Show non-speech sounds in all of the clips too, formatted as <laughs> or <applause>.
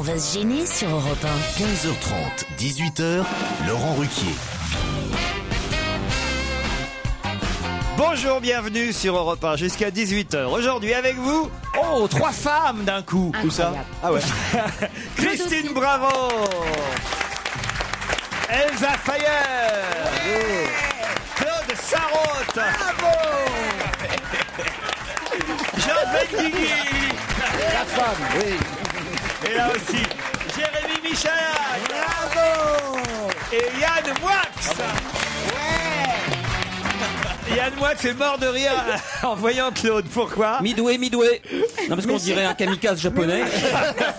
va se gêner sur Europe 1. 15h30, 18h, Laurent Ruquier. Bonjour, bienvenue sur Europe 1 jusqu'à 18h. Aujourd'hui avec vous, oh, trois femmes d'un coup. Où ça Ah <laughs> ouais. Christine Bravo. Elsa Fayer. Claude Sarraute. Jean Benguigui. La femme, oui. Et là aussi, Jérémy Michel. Bravo. Et Yann Ah Wax. bah. <laughs> Yann Moix est mort de rire <laughs> en voyant Claude. Pourquoi Midway, Midway. Non, parce qu'on dirait un kamikaze <laughs> japonais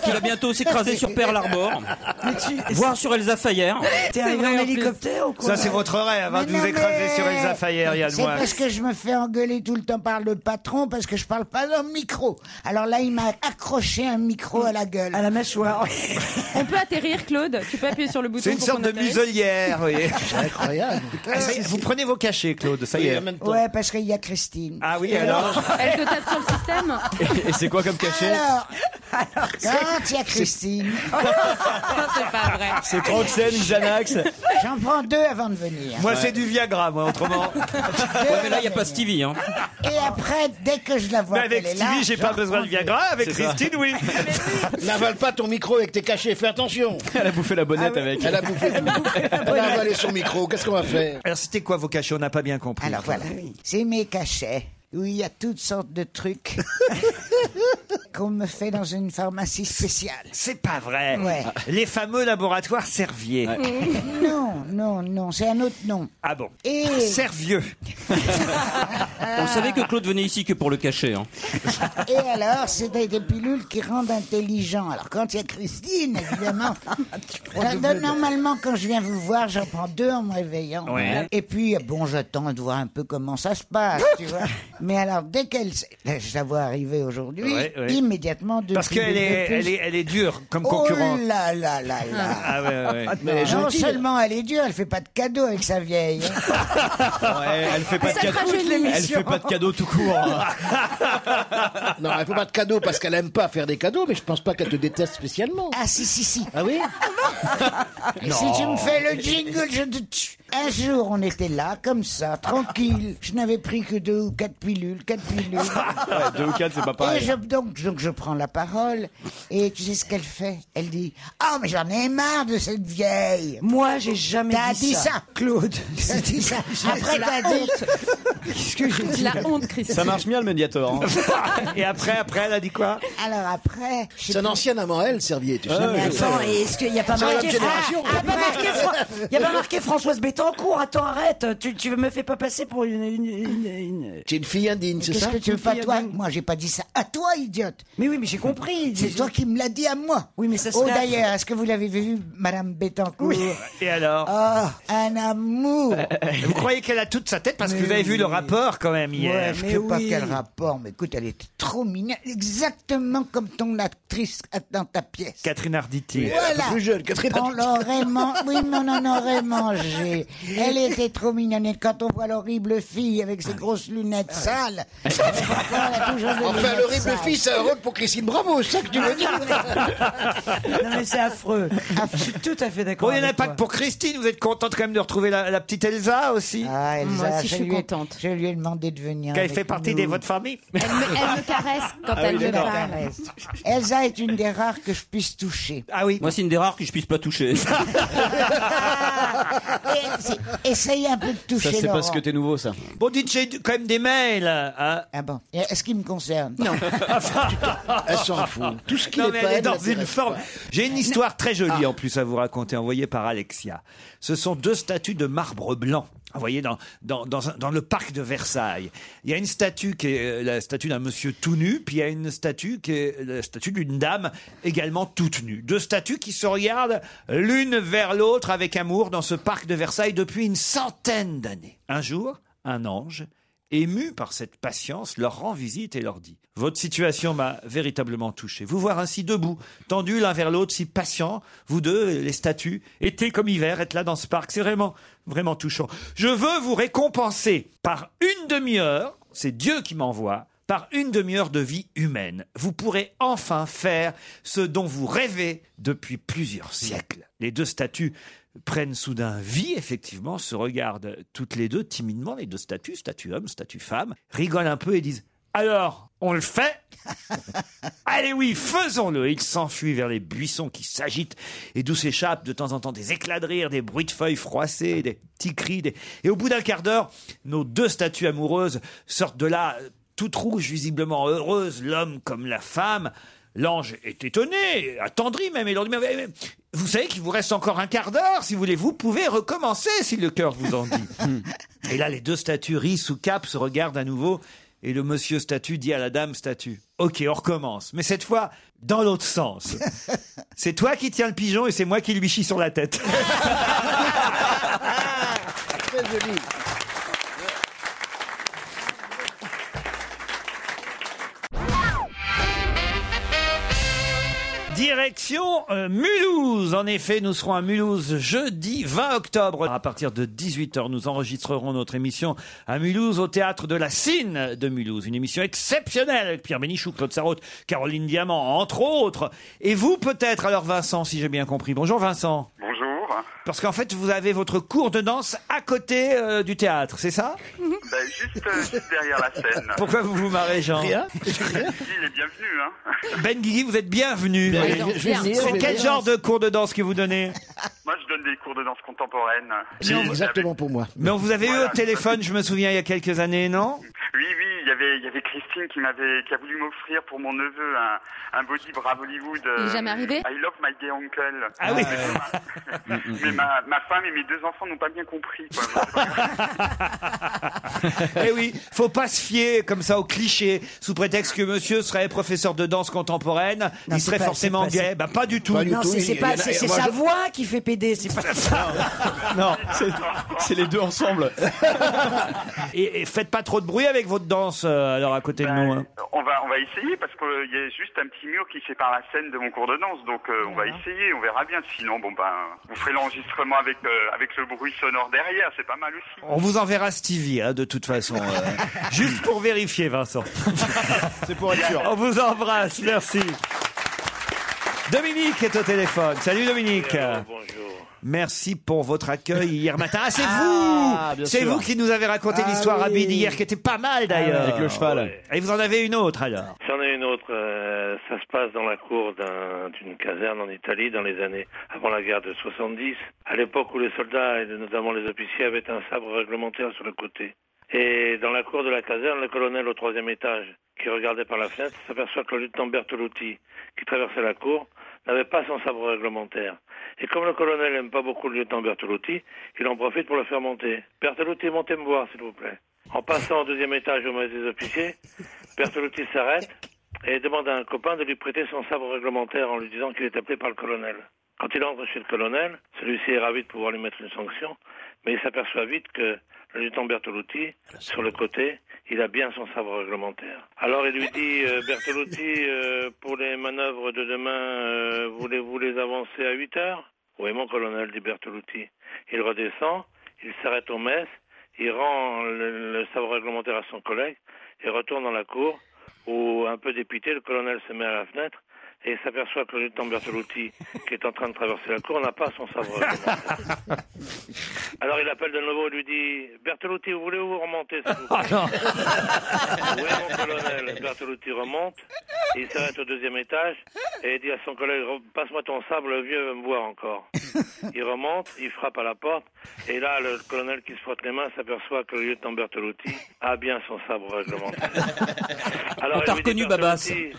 qui va bientôt s'écraser sur Pearl Harbor, <laughs> voire sur Elsa Fayer. T'es arrivé en hélicoptère ou quoi Ça, c'est votre rêve, hein, Mais de vous non, écraser mais- sur Elsa Fayer, Yann C'est Moix. parce que je me fais engueuler tout le temps par le patron parce que je parle pas dans le micro. Alors là, il m'a accroché un micro à la gueule. À la mâchoire. Ah, On peut atterrir, Claude. Tu peux appuyer sur le bouton. C'est une pour sorte qu'on de atterrisse. muselière, vous voyez. C'est incroyable. Ah, ça y est, vous prenez vos cachets, Claude, ça y est. Ouais, parce qu'il y a Christine. Ah oui, <laughs> alors <laughs> Elle te tape sur le système. Et c'est quoi comme Ah, cachet Alors, quand il y a Christine, c'est pas vrai. C'est Troxène, Janax. j'en prends deux avant de venir. Moi, c'est du Viagra, moi, autrement. <laughs> Ouais, mais là, il n'y a pas Stevie. Hein. Et après, dès que je la vois Mais avec qu'elle est là, Stevie, j'ai pas besoin de Viagra. Avec C'est ça. Christine, <laughs> oui. N'avale pas ton micro avec tes cachets, fais attention. Elle a bouffé la bonnette avec. Ah Elle a bouffé. Elle a avalé son micro, qu'est-ce qu'on va faire Alors, c'était quoi vos cachets On n'a pas bien compris. Alors voilà, c'est mes cachets où il y a toutes sortes de trucs <laughs> qu'on me fait dans une pharmacie spéciale. C'est pas vrai. Ouais. Les fameux laboratoires Servier. Non, non, non, c'est un autre nom. Ah bon Et- Servieux. <laughs> On savait que Claude venait ici que pour le cacher. Hein. Et alors, c'était des pilules qui rendent intelligent. Alors quand il y a Christine, <laughs> évidemment, Ah, euh, non, normalement quand je viens vous voir, j'en prends deux en me réveillant. Ouais. Et puis, euh, bon, j'attends de voir un peu comment ça se passe, tu vois. Mais alors, dès qu'elle... s- Je la vois arriver aujourd'hui, Ouais, ouais. immédiatement... deux Parce pilules qu'elle est, de plus. elle est, elle est dure comme Oh concurrente. là là là là Ah ouais, ouais, ouais. Mais non gentille. seulement elle est dure, elle fait pas de cadeau avec sa vieille. hein. elle fait pas Ça te rajeunit. de cadeaux tout court. hein. <laughs> non, elle fait pas de cadeaux parce qu'elle aime pas faire des cadeaux, mais je pense pas qu'elle te déteste spécialement. Ah si si si. Ah oui Si tu me fais le jingle, je te tue. Un jour, on était là, comme ça, tranquille. Je n'avais pris que deux ou quatre pilules, quatre <laughs> pilules. Deux ou quatre, c'est pas Et je, donc, donc, je prends la parole. Et tu sais ce qu'elle fait Elle dit Ah, mais j'en ai marre de cette vieille. Moi, j'ai jamais T'as dit, dit ça, <laughs> Claude. T'as dit ça. <laughs> Après, t'as dit <laughs> Qu'est-ce que j'ai dit La honte, Christine. bien le médiator. hein. <laughs> Et après, après, elle a dit quoi Alors après, je sais C'est un ancien amant, elle, Servier, tu Ah sais. Mais attends, et est-ce qu'il n'y a pas Ça, la marqué... génération. Ah, ah, pas <laughs> marqué Fra- Il n'y a pas marqué Françoise Bettencourt. Attends, arrête. Tu, tu me fais pas passer pour une... une- une- une- T'es une fille indigne, c'est Qu'est-ce ça que tu veux pas fille toi indigne. Moi, j'ai pas dit ça à toi, idiote. Mais oui, mais j'ai compris. C'est toi qui me l'as dit à moi. Oui, mais ça Oh, serait- d'ailleurs, est-ce que vous l'avez vu, Madame Bettencourt Et alors Oh, un amour. <laughs> Vous croyez qu'elle a toute sa tête parce que vous avez vu le rapport quand même Ouais, hier. je mais sais pas oui. quel rapport, mais écoute, elle était trop mignonne, exactement comme ton actrice dans ta pièce. Catherine Arditi. Elle est un peu Voilà. plus jeune, Catherine On <laughs> l'aurait mangé, oui, mais on en aurait mangé. Elle était trop mignonne, et quand on voit l'horrible fille avec Ah. ses grosses lunettes sales, Enfin, enfin, l'horrible fille, c'est un rôle pour Christine Bravo, c'est ça que tu veux dire <laughs> Non, mais c'est affreux. Je suis tout à fait d'accord Bon, il n'y en a avec pas toi. que pour Christine. Vous êtes contente quand même de retrouver la, la petite Elsa aussi Ah, Elsa, Moi aussi, je suis lui ai- contente. je lui ai demandé de venir. Qu'elle avec fait partie nous. de votre famille Elle me, elle me caresse quand Ah elle me La parle. caresse. Elsa est une des rares que je puisse toucher. Ah oui. Moi, c'est une des rares que je puisse pas <laughs> toucher. Et c'est- Essaye un peu de toucher Laurent. t'es nouveau, ça. Bon, dites, j'ai quand même des mails. hein. Ah, Ah bon Et Est-ce qu'il me concerne <laughs> Non. Elle s'en fout. Tout ce qui Non, n'est mais pas elle est dans l'intéresse une forme. pas. Ah. J'ai une histoire très jolie en plus à vous raconter, envoyée par Alexia. Ce sont deux statues de marbre blanc. envoyées dans, dans, dans, un- dans le parc de Versailles. Il y a une statue qui est euh, la statue d'un monsieur tout nu, puis il y a une statue qui est la statue d'une dame également toute nue. Deux statues qui se regardent l'une vers l'autre avec amour dans ce parc de Versailles depuis une centaine d'années. Un jour, un ange ému par cette patience, leur rend visite et leur dit « Votre situation m'a véritablement touché. Vous voir ainsi debout, tendus l'un vers l'autre, si patients, vous deux, les statues, été comme hiver, être là dans ce parc, c'est vraiment, vraiment touchant. Je veux vous récompenser par une demi-heure, c'est Dieu qui m'envoie, par une demi-heure de vie humaine, vous pourrez enfin faire ce dont vous rêvez depuis plusieurs siècles. Les deux statues prennent soudain vie, effectivement, se regardent toutes les deux timidement, les deux statues, statue homme, statue femme, rigolent un peu et disent Alors, on le fait Allez oui, faisons-le Il s'enfuit vers les buissons qui s'agitent et d'où s'échappent de temps en temps des éclats de rire, des bruits de feuilles froissées, des petits cris. des- Et au bout d'un quart d'heure, nos deux statues amoureuses sortent de là, euh, toutes rouges, visiblement heureuses, l'homme comme la femme. L'ange est étonné, attendri même, et leur dit Mais- mais- mais Vous savez qu'il vous reste encore un quart d'heure, si vous voulez, vous pouvez recommencer si le cœur vous en dit. et là, les deux statues rient sous cap, se regardent à nouveau, et le monsieur statue dit à la dame statue Ok, on recommence, mais cette fois dans l'autre sens. C'est toi qui tiens le pigeon et c'est moi qui lui chie sur la tête. Très joli. Direction euh, Mulhouse. En effet, nous serons à Mulhouse jeudi 20 octobre. À partir de 18h, nous enregistrerons notre émission à Mulhouse au théâtre de la Cine de Mulhouse. Une émission exceptionnelle avec Pierre Bénichou, Claude Sarraute, Caroline Diamant, entre autres. Et vous peut-être, alors Vincent, si j'ai bien compris. Bonjour Vincent. Bonjour. Parce qu'en fait, vous avez votre cours de danse à côté euh, du théâtre, c'est ça Mhm. Ben, juste, euh, juste derrière la scène. Pourquoi vous vous marrez, <laughs> Jean Il est bienvenu, hein. Ben Guigui, vous êtes bienvenu. Ben, je- je vais venir, je C'est vais quel venir. genre de cours de danse que vous donnez Moi, je donne des cours de danse contemporaine. C'est Et exactement pour moi. Mais on vous avait eu Voilà. au téléphone, je me souviens, il y a quelques années, non Oui, oui, il y avait, il y avait Christine qui m'avait, qui a voulu m'offrir pour mon neveu un, un body brave Hollywood. euh, Il est jamais arrivé I love my gay uncle. Ah oui. Mais ma, ma femme et mes deux enfants n'ont pas bien compris. <laughs> quoi. Eh oui, faut pas se fier comme ça aux clichés, sous prétexte que monsieur serait professeur de danse contemporaine, Non, il c'est serait pas- forcément c'est pas- gay. c'est- Bah, pas du tout. non, c'est- c'est pas- c'est- c'est sa voix qui fait péder, c'est pas <laughs> Non, c'est les deux ensemble. Et, et faites pas trop de bruit avec votre danse, euh, alors à côté de nous. hein. On va, on va essayer parce qu'il y a juste un petit mur qui sépare la scène de mon cours de danse. Donc, euh, on va essayer, on verra bien. Sinon, bon, ben, vous ferez l'enregistrement avec, euh, avec le bruit sonore derrière. C'est pas mal aussi. On vous enverra Stevie, hein, de toute façon. <laughs> euh, juste pour vérifier, Vincent. C'est pour être sûr. On vous embrasse, merci. Dominique est au téléphone. Salut Dominique. bonjour. Merci pour votre accueil hier matin. Ah, c'est Ah, vous bien C'est sûr. vous qui nous avez raconté Ah l'histoire à oui. Bid hier, qui était pas mal d'ailleurs. Avec le cheval. Ouais. Et vous en avez une <laughs> autre alors C'en est une autre. euh, ça se passe dans la cour d'un- d'une caserne en Italie dans les années avant la guerre de 70, à l'époque où les soldats et notamment les officiers avaient un sabre réglementaire sur le côté. Et dans la cour de la caserne, le colonel au troisième étage, qui regardait par la fenêtre, s'aperçoit que le lieutenant Bertolotti, qui traversait la cour, n'avait pas son sabre réglementaire. Et comme le colonel n'aime pas beaucoup le lieutenant Bertolotti, il en profite pour le faire monter. Bertolotti, montez me voir, s'il vous plaît. En passant au deuxième étage au maître des officiers, Bertolotti s'arrête et demande à un copain de lui prêter son sabre réglementaire en lui disant qu'il est appelé par le colonel. Quand il entre chez le colonel, celui-ci est ravi de pouvoir lui mettre une sanction, mais il s'aperçoit vite que le lieutenant Bertolotti, sur le côté, il a bien son sabre réglementaire. Alors il lui dit, euh, Bertolotti, euh, pour les manœuvres de demain, euh, voulez-vous les avancer à 8 heures Oui, mon colonel, dit Bertolotti. Il redescend, il s'arrête au mess, il rend le, le sabre réglementaire à son collègue et retourne dans la cour où, un peu dépité, le colonel se met à la fenêtre et s'aperçoit que le lieutenant Bertolotti, qui est en train de traverser la cour, n'a pas son sabre réglementaire. Alors il appelle de nouveau et lui dit Bertolotti, vous voulez vous remonter s'il vous plaît Oui, mon colonel. Bertolotti remonte, il s'arrête au deuxième étage et il dit à son collègue Passe-moi ton sabre, le vieux veut me voir encore. Il remonte, il frappe à la porte, et là, le colonel qui se frotte les mains s'aperçoit que le lieutenant Bertolotti a bien son sabre <laughs> réglementaire. On il t'a lui dit, reconnu, Bertolotti,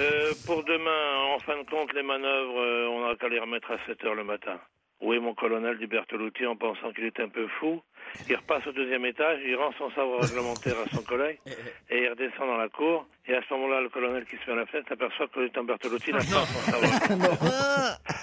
euh, pour demain, en fin de compte, les manœuvres, euh, on n'a qu'à les remettre à 7 heures le matin. Oui, mon colonel du Bertolotti, en pensant qu'il était un peu fou, il repasse au deuxième étage, il rend son sabre réglementaire à son collègue, <laughs> et il redescend dans la cour, et à ce moment-là, le colonel qui se met à la fenêtre s'aperçoit que le lieutenant Bertolotti n'a pas son sabre <laughs>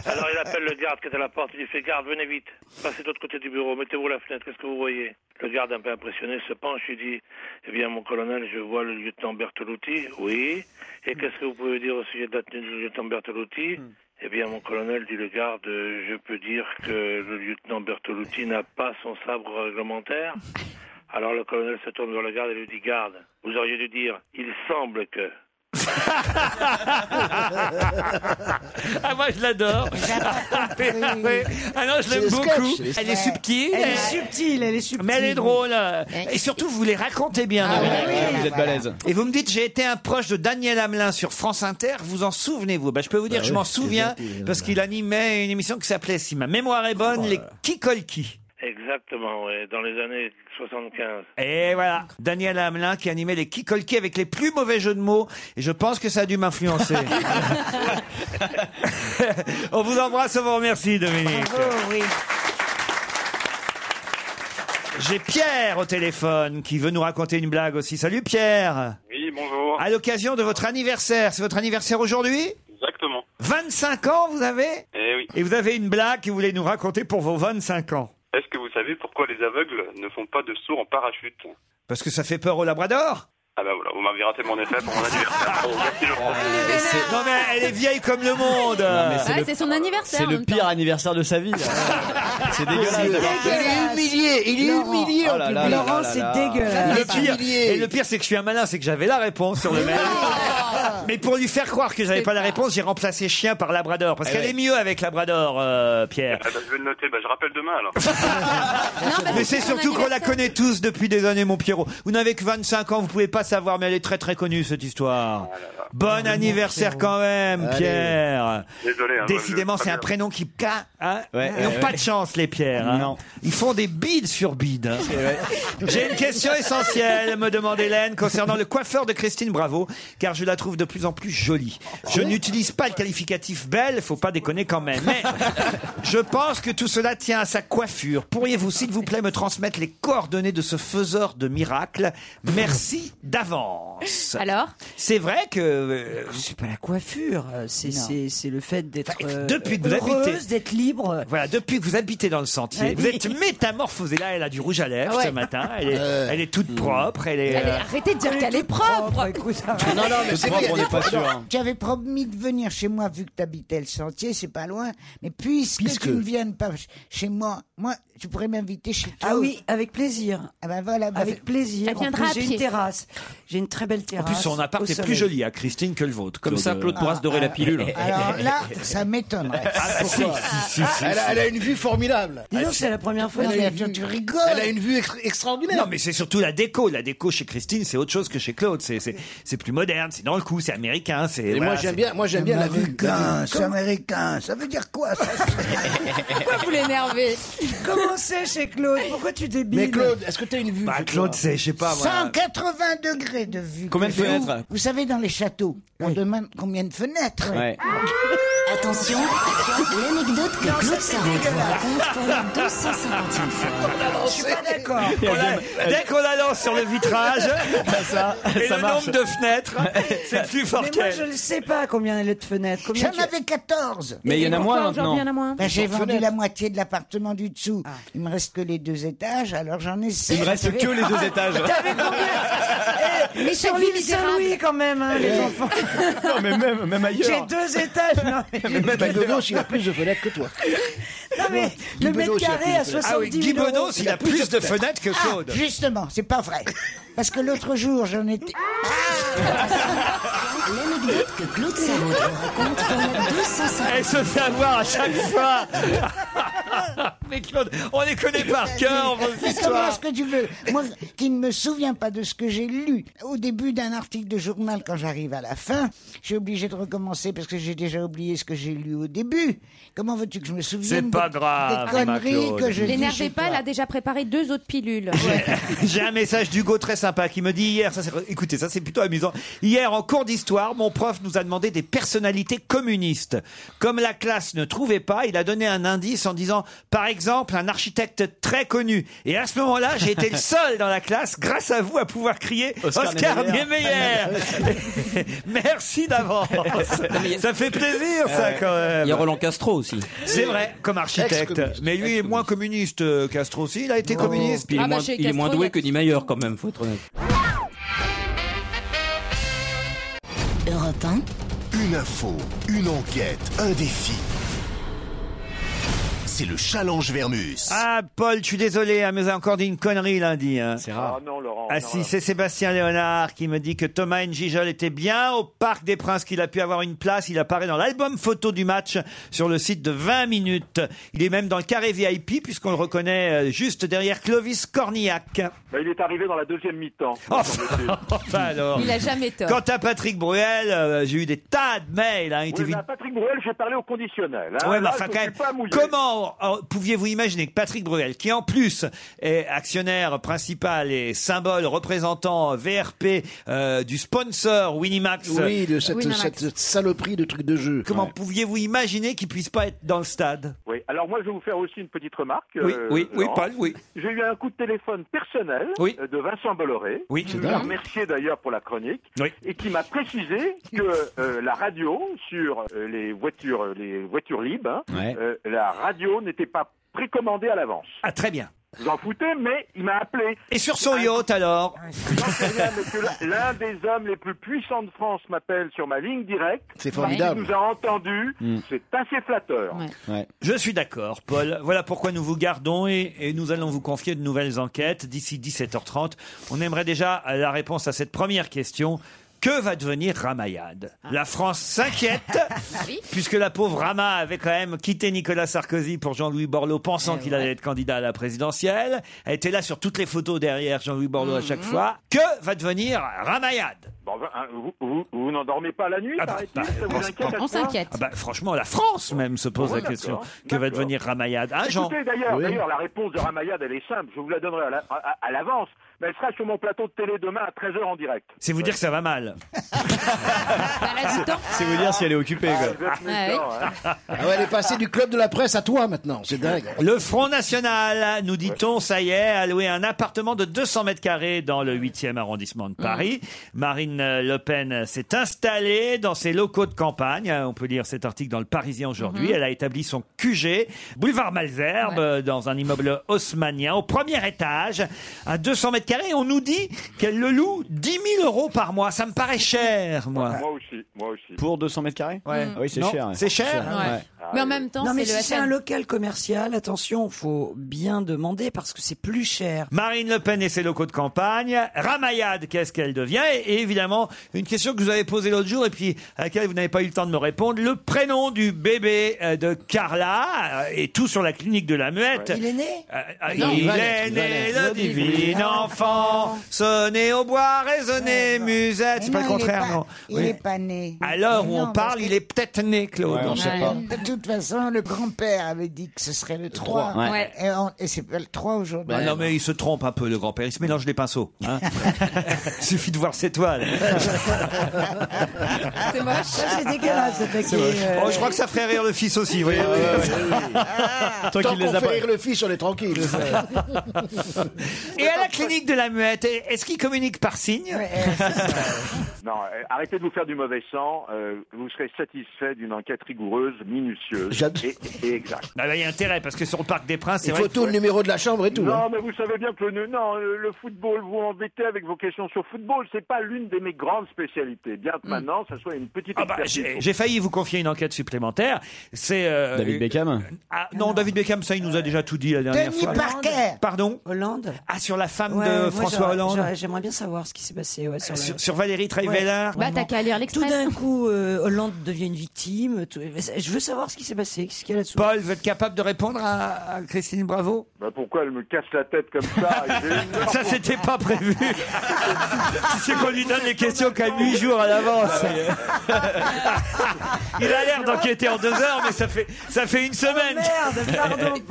Euh, alors il appelle le garde qui est à la porte, il lui fait garde, venez vite, passez de l'autre côté du bureau, mettez-vous à la fenêtre, qu'est-ce que vous voyez Le garde, un peu impressionné, se penche, il dit, eh bien mon colonel, je vois le lieutenant Bertolotti, oui, et qu'est-ce que vous pouvez dire au sujet de la tenue du lieutenant Bertolotti eh bien, mon colonel, dit le garde, euh, je peux dire que le lieutenant Bertolotti n'a pas son sabre réglementaire. Alors le colonel se tourne vers le garde et lui dit Garde, vous auriez dû dire Il semble que. Ah, moi, je l'adore. Ouais. <laughs> Ah non, je C'est l'aime le beaucoup. sketch, c'est le elle est sketch. subtile. Elle est subtile, elle est subtile. Mais elle est drôle. Et surtout, vous les racontez bien. Ah, madame. bah oui, Vous êtes voilà. balèze. Et vous me dites, j'ai été un proche de Daniel Hamelin sur France Inter. Vous en souvenez-vous bah, Je peux vous dire, Bah je oui, m'en c'est souviens gentil, Oh, parce qu'il animait une émission qui s'appelait, si ma mémoire est bonne, les Kikolki. Exactement, ouais, dans les années 75. Et voilà, Daniel Hamelin qui animait les Kikolki avec les plus mauvais jeux de mots. Et je pense que ça a <laughs> dû m'influencer. On vous embrasse, on vous remercie, Dominique. J'ai Pierre au téléphone qui veut nous raconter une blague aussi. Salut Pierre. Oui, bonjour. À l'occasion de votre anniversaire, c'est votre anniversaire aujourd'hui Exactement. 25 ans vous avez Eh oui. Et vous avez une blague que vous voulez nous raconter pour vos 25 ans Est-ce que vous savez pourquoi les aveugles ne font pas de saut en parachute Parce que ça fait peur au Labrador Ah bah voilà, vous m'avez raté mon effet pour mon <laughs> anniversaire. Bon, merci Ah, Laurent. Non Ah, mais elle est vieille comme le monde mais Ouais, Ah, C'est son anniversaire. hein. C'est en le même pire anniversaire de sa vie. là. C'est dégueulasse. humilié, il est humilié Oh là là là là là là. Le pire, et le pire, c'est que je suis un malin, c'est que j'avais la réponse sur le mail. Ah. Mais pour lui faire croire que j'avais pas la réponse, j'ai remplacé chien par labrador. Parce Eh qu'elle ouais. est mieux avec labrador, euh, Pierre. Ah bah, je vais le noter, bah, je rappelle demain <laughs> alors. mais c'est surtout qu'on la connaît tous depuis des années, mon Pierrot. Vous n'avez que 25 ans, vous pouvez pas savoir, mais elle est très très connue, cette histoire. Ah Bon anniversaire quand même, Allez. Pierre. Désolé, hein, Décidément, je- je- c'est un prénom qui ca, hein. Ouais, Ils n'ont ouais, pas ouais. de chance, les Pierres. hein. Ils font des bides sur bides. hein. J'ai une question essentielle, me demande Hélène, concernant le coiffeur de Christine Bravo, car je la trouve de plus en plus jolie. Je n'utilise pas le qualificatif belle, faut pas déconner quand même. Mais je pense que tout cela tient à sa coiffure. Pourriez-vous, s'il vous plaît, me transmettre les coordonnées de ce faiseur de miracles Merci d'avance. Alors C'est vrai que. euh, C'est pas la coiffure, euh, c'est Non. c'est- c'est le fait d'être euh, depuis que vous heureuse, habitez- d'être libre. Voilà, depuis que vous habitez dans le sentier, Ah oui. vous êtes métamorphosée. Là, elle a du rouge à lèvres Ouais. ce matin. Elle est, elle est toute propre. Elle est. Elle est- euh, Arrêtez de dire qu'elle est Oh, bah, propre. Non, non, mais Toute c'est propre, bien. on n'est pas sûr, hein. J'avais promis de venir chez moi vu que t'habitais le sentier, c'est pas loin. Mais puisque, Puisque. tu ne viennes pas ch- chez moi, moi, tu pourrais m'inviter chez toi. Ah oui, avec plaisir. Ah ben voilà, bah- Avec plaisir. Elle En viendra plus, à J'ai pied. une terrasse. J'ai une très belle En terrasse. plus, son appart au est plus soleil. joli à Christine que le vôtre. euh. Ah, Comme ça, Claude pourra se dorer la pilule. Eh, Alors <laughs> là, ça Ah, m'étonnerait. Pourquoi Ah, elle, a, elle a une vue formidable. Dis donc, c'est la première fois Elle a que- une vue- tu rigoles. Elle a une vue extra- extraordinaire. Non, mais c'est surtout la déco. La déco chez Christine, c'est autre chose que chez Claude. C'est, c'est, c'est plus moderne, c'est dans le coup, c'est américain. C'est, Et moi, <laughs> j'aime bien- moi, j'aime bien la vue. Américain, c'est américain. Ça veut dire quoi ça Pourquoi vous l'énervez Comment c'est chez Claude Pourquoi tu débiles Mais Claude, est-ce que t'as une vue Bah, toi Claude, c'est, je sais pas, moi. 180 degrés de vue. Combien de Vous- fenêtres Vous savez, dans les châteaux, on demande combien de fenêtres. Ouais. Attention, <laughs> l'anecdote que Claude Sarraute vous raconte pour la 250e Je suis pas d'accord. Dès- Dès qu'on la lance sur le vitrage, ça, <laughs> et ça le marche. nombre de fenêtres, c'est plus fort Mais moi, qu'elle. je ne sais pas combien elle est de fenêtres. Combien J'en avais 14. Mais il y en a moins maintenant. Ben, j'ai Pour vendu fenêtre. la moitié de l'appartement du dessous. Ah. Il me reste que les deux étages, alors j'en ai sept. Ah. Il me reste que les deux étages. Eh, Mais sur l'île Eh, Saint-Louis quand même, hein, Eh. les enfants. Non, mais même, même J'ai ailleurs. deux étages. Non, <laughs> mais, Mais bah, même Guy ailleurs. Bedos, il a plus de fenêtres que toi. Ah non, mais Guy le mètre Bedos, il a plus carré de à fenêtres. 70 Ah oui, 000 Guy euros. Bedos, il a plus de fenêtres que Claude. Ah, justement, c'est pas vrai. Parce que l'autre jour, j'en étais. Ah. L'anecdote que Claude Sarraute vous raconte pour la 250e Elle se fait avoir à chaque fois. <laughs> Mais Claude, on les connaît par cœur, vos Comment est-ce histoires. que tu veux Moi, qui ne me souviens pas de ce que j'ai lu au début d'un article de journal, quand j'arrive à la fin, je suis obligé de recommencer parce que j'ai déjà oublié ce que j'ai lu au début. Comment veux-tu que je me souvienne C'est pas des- grave, des conneries Claude. que je dis L'énervez chez pas, toi elle a déjà préparé deux autres pilules. <laughs> J'ai un message d'Hugo très sympa qui me dit hier, ça c'est- écoutez, ça c'est plutôt amusant. Hier, en cours d'histoire, mon prof nous a demandé des personnalités communistes. Comme la classe ne trouvait pas, il a donné un indice en disant, par exemple, un architecte très connu. Et à ce moment-là, j'ai été le seul dans la classe, grâce à vous, à pouvoir crier Oscar, Oscar Niemeyer. <laughs> Merci d'avance. ça fait plaisir, ça, Ouais. quand même. Il y a Roland Castro aussi. C'est vrai, comme architecte. Ex-communiste. Mais lui est moins communiste, euh, Castro aussi. Il a été communiste. Puis il est, moins, il est moins doué que Niemeyer quand même, faut être honnête. Europe 1. Une info, une enquête, un défi. c'est le challenge Vermus. Ah, Paul, je suis désolé, hein, mais vous avez encore dit une connerie lundi. C'est rare. Ah non, Laurent, Ah non, si, là. c'est Sébastien Léonard qui me dit que Thomas Njijol était bien au Parc des Princes, qu'il a pu avoir une place. Il apparaît dans l'album photo du match sur le site de 20 minutes. Il est même dans le carré VIP, puisqu'on le reconnaît euh, juste derrière <laughs> Clovis Cornillac. Oh, Bah, il est arrivé dans la deuxième mi-temps. Enfin alors. Il a jamais tort. Quant à Patrick Bruel, euh, j'ai eu des tas de mails. Hein, il était Oui, mais à vite- Patrick Bruel, j'ai parlé au conditionnel. hein. Ouais, bah, mais Là, enfin, je quand suis même, pas mouillé. comment euh, pouviez-vous imaginer que Patrick Bruel, qui en plus est actionnaire principal et symbole représentant VRP euh, du sponsor Winamax, Oui, de cette, cette saloperie de trucs de jeu. comment pouviez-vous imaginer qu'il puisse pas être dans le stade Oui, alors moi je vais vous faire aussi une petite remarque. euh, Oui, oui, oui, Laurent. Paul, oui. J'ai eu un coup de téléphone personnel euh, de Vincent Bolloré, Oui, qui c'est m'a dingue. remercié d'ailleurs pour la chronique, Oui. et qui m'a précisé que <laughs> euh, la radio sur euh, les voitures, les voitures libres, hein, Ouais. euh, la radio n'était pas précommandée à l'avance. Ah, très bien. Vous en foutez, mais il m'a appelé. Et sur son Ah, yacht alors C'est bien, monsieur, L'un des hommes les plus puissants de France m'appelle sur ma ligne directe. C'est formidable. Il nous a entendus. Mm. C'est assez flatteur. Je suis d'accord, Paul. Voilà pourquoi nous vous gardons et, et nous allons vous confier de nouvelles enquêtes d'ici 17h30. On aimerait déjà la réponse à cette première question. Que va devenir Ramayad Ah. La <laughs> France s'inquiète, puisque la pauvre Rama avait quand même quitté Nicolas Sarkozy pour Jean-Louis Borloo, pensant Eh qu'il allait être candidat à la présidentielle. Elle était là sur toutes les photos derrière Jean-Louis Borloo à chaque Mhm. fois. Que va devenir Ramayad Bon, ben, hein, vous vous, vous n'endormez pas la bah, nuit, paraît-il Ça vous inquiète à ce point Ah bah, franchement, la France même se pose Ah ouais, la question. d'accord, Que va devenir Ramayad Hein, Jean Écoutez, d'ailleurs, Oui. d'ailleurs, la réponse de Ramayad, elle est simple. Je vous la donnerai à la- à à l'avance, mais elle sera sur mon plateau de télé demain à 13h en direct. C'est vous dire que ça va mal. C'est vous dire si elle est occupée. quoi. Ah ouais, elle est passée du club de la presse à toi maintenant, c'est dingue. Le Front National, nous dit-on, ça y est, a loué un appartement de 200 mètres carrés dans le 8e arrondissement de Paris. Marine euh, Le Pen s'est installée dans ses locaux de campagne. hein, On peut lire cet article dans le Parisien aujourd'hui. Mhm. Elle a établi son QG, boulevard Malzerbe, euh, dans un immeuble haussmanien, au premier étage, à 200 mètres carrés. On nous dit qu'elle le loue 10 000 euros par mois. Ça me paraît cher, moi. Moi aussi, moi aussi. Pour 200 mètres carrés Ouais. Ah oui, c'est Non, cher. ouais. c'est cher Ah Ouais. Mais en même temps, non, mais c'est si le c'est FN. un local commercial, attention, faut bien demander parce que c'est plus cher. Marine Le Pen et ses locaux de campagne. Ramayad, qu'est-ce qu'elle devient et, et évidemment, une question que vous avez posée l'autre jour et puis à laquelle vous n'avez pas eu le temps de me répondre. Le prénom du bébé euh, de Carla euh, et tout sur la clinique de la muette. Il est né Euh, euh, Non, il Ah, il va est l'être, il va né l'être. le divin Ah. enfant, sonné au bois, résonné musette. C'est Mais pas le non, il est contraire, non Il Oui. n'est pas né. À l'heure où Mais non, on parle, il est peut-être né, Claude. Ouais. De toute façon, le grand-père avait dit que ce serait le 3. trois, ouais. Et, on- et c'est pas le 3 Ben aujourd'hui. Ah non mais il se trompe un peu le grand-père, il se mélange les pinceaux. <laughs> Hein Suffit de voir ses toiles. C'est moche. C'est dégueulasse, ce paquet, euh, Ah. Oh, je crois que ça ferait rire le fils aussi. Vous voyez Tant qu'on fait rire le fils, on est tranquille. <laughs> Et à la clinique de la muette, est-ce qu'il communique par signe Non, euh, arrêtez de vous faire du mauvais sang. euh, vous serez satisfait d'une enquête rigoureuse, minutieuse et, et exacte. Ah <laughs> bah, Il y a intérêt parce que sur le parc des Princes, c'est Il vrai. faut tout le numéro de la chambre et tout. Non, hein. mais vous savez bien que le, non, le le football, vous embêtez avec vos questions sur football, c'est pas l'une de mes grandes spécialités. Bien Hmm. que maintenant, ça soit une petite bah, Ah, expertise. J'ai j'ai failli vous confier une enquête supplémentaire. C'est euh, David Beckham Ah, non, David Beckham, ça, il nous a déjà tout dit la dernière Denis fois. Parker. Pardon. Hollande. Ah, sur la femme Ouais, de moi, François j'aurais- Hollande. Euh, j'aurais- J'aimerais bien savoir ce qui s'est passé. ouais, sur, la- Sur, sur Valérie Ouais, Trayvellard. Bah, t'as qu'à lire Tout l'Express. d'un coup, euh, Hollande devient une victime. tout- Je veux savoir ce qui s'est passé. Qu'est-ce qu'il y a là-dessous Paul, vous êtes capable de répondre à, à Christine Bravo Bah, pourquoi elle me casse la tête <laughs> comme ça J'ai une- Ça, c'était pas prévu. C'est qu'on lui donne les questions qu'à huit jours à l'avance. <laughs> Il a l'air d'enquêter en deux heures, mais ça fait, ça fait Oh, une semaine.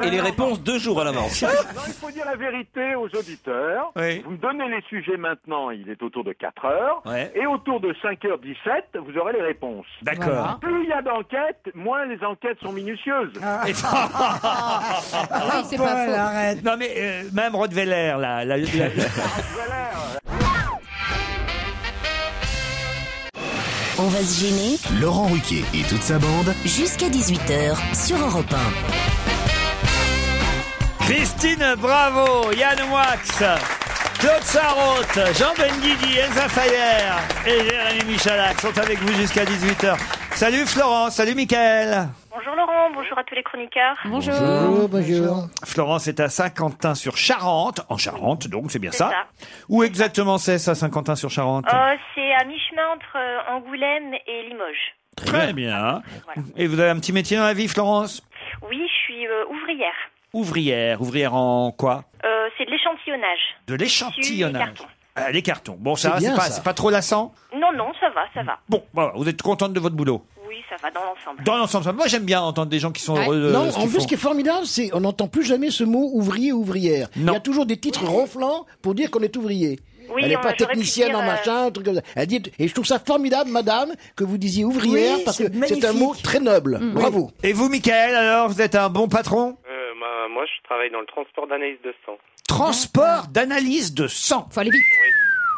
Et les réponses deux jours à l'avance. Ah Non, il faut dire <laughs> la vérité aux auditeurs. Vous me donnez les sujets maintenant, il est autour de 4 heures. Et autour de 5h17, vous aurez les réponses. D'accord. Ah. Voilà. Plus il y a d'enquêtes, moins les enquêtes sont minutieuses. Ah. oui, c'est pas faux. Ah, Non, mais euh, même Rottweiler, là. la- la- <laughs> On va se gêner Laurent Ruquier et toute sa bande. jusqu'à 18h sur Europe Christine Bravo, Yann Wax, Claude Sarraute, Jean Benguigui, Elsa Fayer et Jérémy Michalak sont avec vous jusqu'à 18h. Salut Florence, salut Mickaël. Bonjour Bonjour Laurent, bonjour à tous les chroniqueurs. bonjour. Florence est à Saint-Quentin-sur-Charente, en Charente, donc c'est bien ça. Où exactement c'est ça, Saint-Quentin-sur-Charente Euh, c'est à mi-chemin entre euh, Angoulême et Limoges. Très bien. Et vous avez un petit métier dans la vie, Florence Oui, je suis euh, ouvrière. Ouvrière. Ouvrière en quoi Euh, c'est de l'échantillonnage. De Sur les l'échantillonnage. cartons. Ah, les cartons. Bon, C'est ça, va, bien, c'est pas, ça. c'est pas trop lassant Non, non, ça va, ça va. Bon, voilà, vous êtes contente de votre boulot Oui, ça va dans l'ensemble. Dans l'ensemble, moi j'aime bien entendre des gens qui sont heureux de non, ce en qu'ils plus, font. ce qui est formidable, c'est on n'entend plus jamais ce mot ouvrier ouvrière. Il y a toujours des titres ronflants pour dire qu'on est ouvrier. Oui, elle n'est on- pas j'aurais pu technicienne dire, en euh, machin, un truc comme ça. Elle dit, et je trouve ça formidable, madame, que vous disiez ouvrière, Oui, parce que c'est c'est un magnifique. mot très noble. Mm. Bravo. Et vous, Michael, alors, vous êtes un bon patron Euh, bah, moi, je travaille dans le transport d'analyse de sang. Transport d'analyse de sang. Faut aller vite.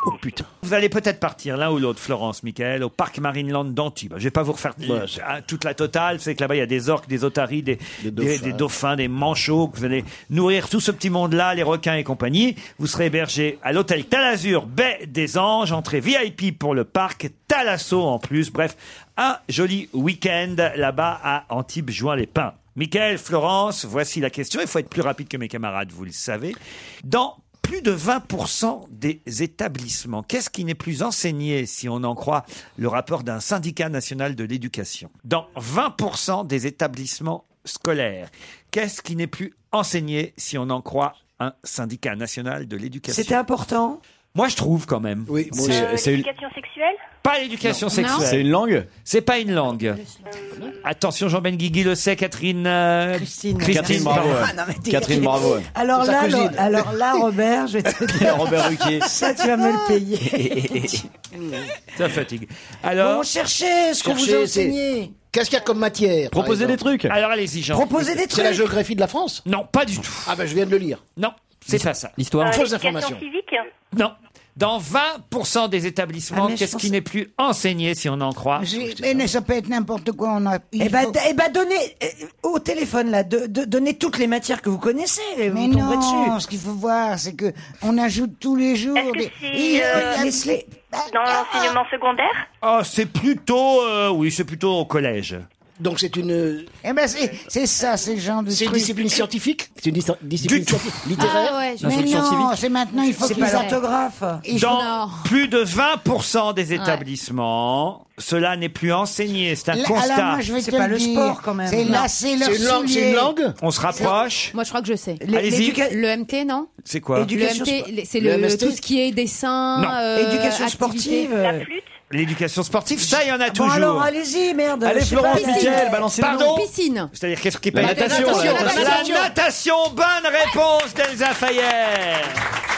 Oh putain. Vous allez peut-être partir l'un ou l'autre, Florence, Michael, au parc Marineland d'Antibes. Je vais pas vous refaire euh, à toute la totale. C'est que là-bas, il y a des orques, des otaries, des, des- des dauphins. dauphins. des manchots. que Vous allez nourrir tout ce petit monde-là, les requins et compagnie. Vous serez hébergé à l'hôtel Talazur, baie des Anges, entrée VIP pour le parc, Talasso en plus. Bref, un joli week-end là-bas à Antibes, juin les pins. Michael, Florence, voici la question. Il faut être plus rapide que mes camarades, vous le savez. Dans plus de 20% des établissements. Qu'est-ce qui n'est plus enseigné, si on en croit le rapport d'un syndicat national de l'éducation Dans 20% des établissements scolaires, qu'est-ce qui n'est plus enseigné, si on en croit un syndicat national de l'éducation C'était important Moi, je trouve quand même. Oui, Euh, l'éducation sexuelle Pas l'éducation Non. sexuelle. Non. C'est une langue C'est pas une langue. Attention, Jean-Ben Guigui le sait, Catherine... euh, Christine. Catherine, bravo, pardon. ouais. Ah, non, mais t'es- Catherine, bravo, ouais. Alors là, Sarkozy. le- alors là, Robert, je vais te <laughs> dire. Robert Ruquier. Ça, tu vas me le payer. Ça fatigue. <laughs> Alors, Bon, cherchez ce qu'on vous a Cherchez, c'est- enseigné. Qu'est-ce qu'il y a comme matière par Proposez exemple des trucs. Alors, allez-y, Jean. Proposez des C'est la trucs. géographie de la France Non, pas du tout. Ah ben, je viens de le lire. Non, c'est pas ça. L'histoire. Euh, Fausses l'éducation informations. civique Non. Dans 20% des établissements, Ah, mais je qu'est-ce qui n'est plus enseigné, si on en croit J'ai- Mais ça peut être n'importe quoi. On a... Eh ben, d- eh ben, donnez euh, au téléphone là, de, de- donnez toutes les matières que vous connaissez. et Mais vous tomberez non, dessus. ce qu'il faut voir, c'est que on ajoute tous les jours. Est-ce des- que Et, c'est euh, euh, laisse-les. dans l'enseignement secondaire Ah, c'est plutôt... euh, oui, c'est plutôt au collège. Donc c'est une... Eh ben, c'est c'est ça, c'est le genre de C'est une truc. discipline scientifique C'est une dis- discipline scientifique littéraire Mais non, c'est maintenant, il faut C'est qu'ils pas aient- l'orthographe. Il faut- Dans plus de 20% des établissements, cela n'est plus enseigné. C'est un Là, constat. alors moi, je vais C'est te pas le le dire. sport, quand même. C'est là, Non. c'est leur C'est une langue- c'est une soulier. langue On se rapproche. Moi, je crois que je sais. Les- Allez-y. l'éduca- Le MT, non C'est quoi Le MT, les- c'est le, Le MST? tout ce qui est dessin, Non. euh, Éducation activité. sportive. euh. La flûte. L'éducation sportive, ça, il y en a Bon toujours. alors, allez-y, merde. Allez, je sais Florence, pas, mais- Michel, balancez le Pardon. nom. Piscine. C'est-à-dire qu'est-ce qui est La pas natation, La la natation. natation. La natation. Bonne réponse d'Elsa Fayer.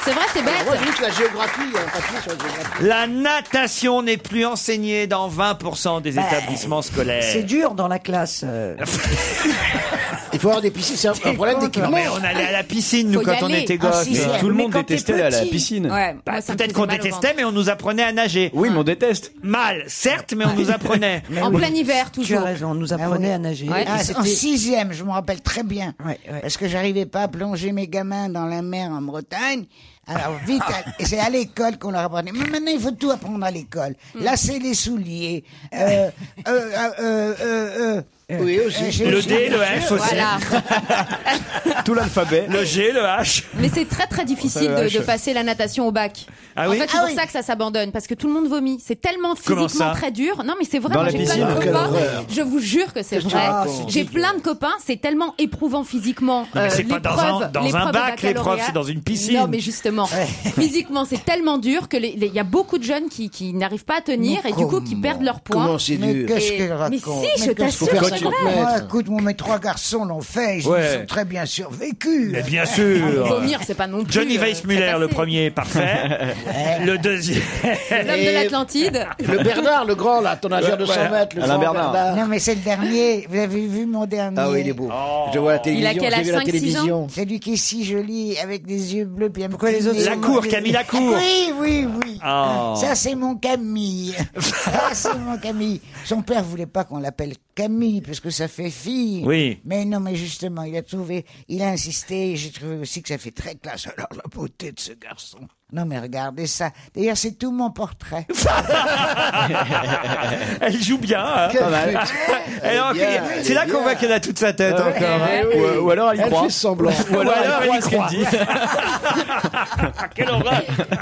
C'est vrai, c'est bête. Moi, j'ai vu que la géographie, il y a un papier sur la géographie. La natation n'est plus enseignée dans 20% Bah, des établissements Eh. scolaires. C'est dur dans la classe. euh. <laughs> Il faut avoir des piscines, c'est un, un problème Non, d'équipement. mais on allait à la piscine, nous, Faut y quand on aller. était Ah, gosses. si, si, Mais tout le mais monde quand t'es détestait aller à la petit. piscine. Ouais, Bah, moi, ça me Peut-être faisait qu'on mal au détestait, mais on nous apprenait à nager. Oui, mais on déteste. Mal, certes, mais on <laughs> nous apprenait. Mais En oui. plein hiver, Tu as toujours. raison, on nous apprenait à nager. Ouais. Et Ah, c'était- en sixième, je me rappelle très bien. Ouais, ouais. Parce que j'arrivais pas à plonger mes gamins dans la mer en Bretagne. Alors vite, à- et c'est à l'école qu'on leur apprenait. Mais maintenant, il faut tout apprendre à l'école. Lasser les souliers. Euh, euh, euh, euh, euh, euh, Oui, aussi. euh, j'ai- Le D, le F aussi. Voilà. Tout l'alphabet. Le G, le H. Mais c'est très très difficile Ça de, lâche. de passer la natation au bac. Ah en oui fait, c'est Ah pour oui. ça que ça s'abandonne parce que tout le monde vomit. C'est tellement Comment physiquement ça très dur. Non, mais c'est vrai. Dans moi, la j'ai piscine, plein de ah, quelle copains. horreur. Je vous jure que c'est Qu'est-ce que vrai. tu racontes J'ai plein de copains. C'est tellement éprouvant physiquement. Non, mais c'est euh, pas dans l'épreuve- un- dans un l'épreuve au bac, baccalauréat. l'épreuve, c'est dans une piscine. Non, mais justement, physiquement, c'est tellement dur que les- les- il y a beaucoup de jeunes qui, qui n'arrivent pas à tenir et du coup qui perdent leur poids. Comment c'est Mais dur qu'est-ce Et- qu'elle raconte Mais si, je qu'est-ce qu'on t'assure, fait c'est quand- vrai. Moi, écoute, moi, mes trois garçons l'ont fait. Ils Ouais. ont très bien survécu. Mais bien sûr. Vomir, c'est Ah, pas non plus. Johnny euh, Weissmuller, c'est le passé. <laughs> premier, parfait. le deuxième. L'homme de l'Atlantide. Le Bernard, le grand, là, ton nageur de Ouais, 100 ouais. mètres, le Alain grand Bernard. Non, mais c'est le dernier. Vous avez vu mon dernier. Ah oui, il est beau. Oh. Je vois la Il a télévision, quel j'ai âge vu la 5-6 ans télévision. C'est lui qui est si joli, avec des yeux bleus. Puis un Pourquoi les autres La cour, Camille Lacour. Ah Oui, oui, oui. Ah. Oh. Ça, c'est mon Camille. Ça, c'est mon Camille. Son père voulait pas qu'on l'appelle Camille. puisque ça fait fille. Oui. Mais non, mais justement, il a trouvé, il a insisté, et j'ai trouvé aussi que ça fait très classe. Alors, la beauté de ce garçon. Non, mais regardez ça. D'ailleurs, c'est tout mon portrait. <laughs> Elle joue bien, hein, Quelle pas mal. chute. <laughs> Elle est encore- bien, C'est là qu'on voit qu'elle a toute sa tête encore. hein. oui. Ou- ou alors elle y Elle croit. fait semblant. Ou alors Elle elle y croit ce qu'elle croit. dit.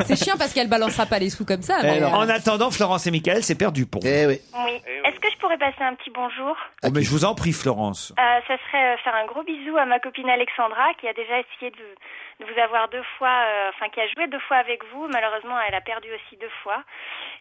C'est chiant parce qu'elle balancera pas les sous comme ça. mais, Alors, euh, En attendant, Florence et Michael, c'est perdu pour. Eh oui. Oui. Est-ce que je pourrais passer un petit bonjour mais je vous en prie, Florence. Euh, ça serait euh, faire un gros bisou à ma copine Alexandra qui a déjà essayé de, de vous avoir deux fois, euh, enfin qui a joué deux fois avec vous. Malheureusement, elle a perdu aussi deux fois.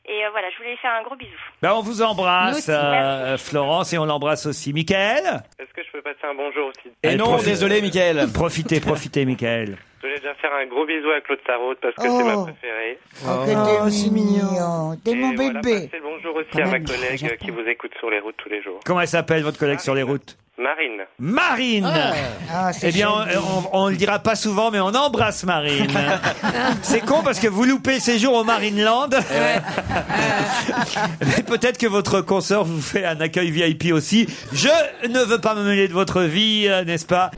Et euh, voilà, je voulais faire un gros bisou. Ben, on vous Nous aussi, embrasse, euh, Florence, et on l'embrasse aussi, Michael. Eh Est-ce que je peux passer un bonjour aussi Allez, profitez. Michael. Profitez, <laughs> profitez, Michael. Je voulais déjà faire un gros bisou à Claude Sarraute parce que c'est ma Oh. préférée. Oh, que t'es mignon. T'es Et mon voilà, bébé. passez le bonjour aussi Quand à ma même, collègue euh, j'attends. qui vous écoute sur les routes tous les jours. Comment elle s'appelle, votre collègue sur les routes Marine. Marine Ah. Ah, c'est Eh bien, joli. on- on ne le dira pas souvent, mais on <laughs> embrasse Marine. c'est con parce que vous loupez le séjour au Marineland. Eh <laughs> mais peut-être que votre consort vous fait un accueil VIP aussi. Je ne veux pas me mêler de votre vie, euh, n'est-ce pas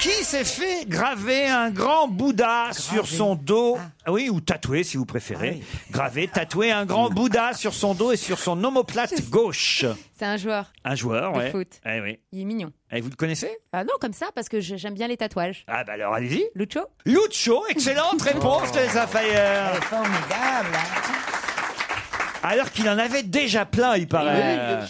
Qui s'est fait graver un grand Bouddha sur son dos Ah Oui, ou tatoué si vous Ah préférez. Graver, tatouer un Mmh. grand Bouddha sur son dos et sur son omoplate <laughs> gauche. C'est un joueur. Un joueur, De ouais. foot. Eh oui. Il est mignon. Eh, vous le connaissez Ah non, comme ça, parce que je- j'aime bien les tatouages. Ah bah alors allez-y. Lucho Lucho, excellente réponse de Zafayer. Formidable. Alors qu'il en avait déjà plein, il paraît. Euh,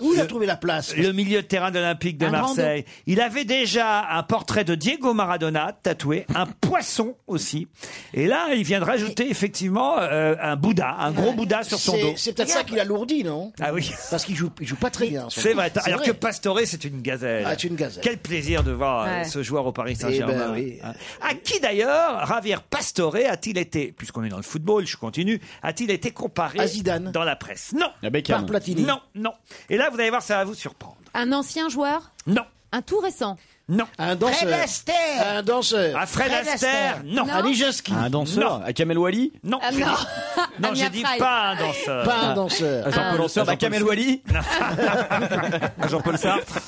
Où il a trouvé la place Le milieu de terrain de l'Olympique de Un grand Marseille. dos. Il avait déjà un portrait de Diego Maradona tatoué, un poisson aussi. Et là, il vient de rajouter effectivement euh, un Bouddha, un gros Bouddha sur son C'est- dos. C'est peut-être ça qu'il alourdit, non Ah oui. Parce qu'il joue, il joue pas très bien. son C'est coup. vrai. Alors vrai. que Pastore, c'est une gazelle. Ah, c'est une gazelle. Quel plaisir de voir euh, Ouais. ce joueur au Paris Eh Saint-Germain. ben oui. Hein. À qui d'ailleurs Javier Pastore a-t-il été, puisqu'on est dans le football, je continue, a-t-il été comparé À Zidane. dans la presse Non. À Beckham. Par Platini. Non, non. Et là, vous allez voir, ça va vous surprendre. Un ancien joueur Non. Un tout <laughs> récent Non. Un Fred Astaire. Un danseur. À Ah, Fred Fred Astaire. Astaire. Non. Non. À À Nijeski. Un danseur Non. À Kamel Wally Non. Ah, j'ai non. dit- non, j'ai Amia dit Fry. pas un danseur. Ah, Pas un danseur. Ah, bah, À Jean-Paul Un- Sartre, à à Kamel <laughs> Wally <laughs> À Jean-Paul Sartre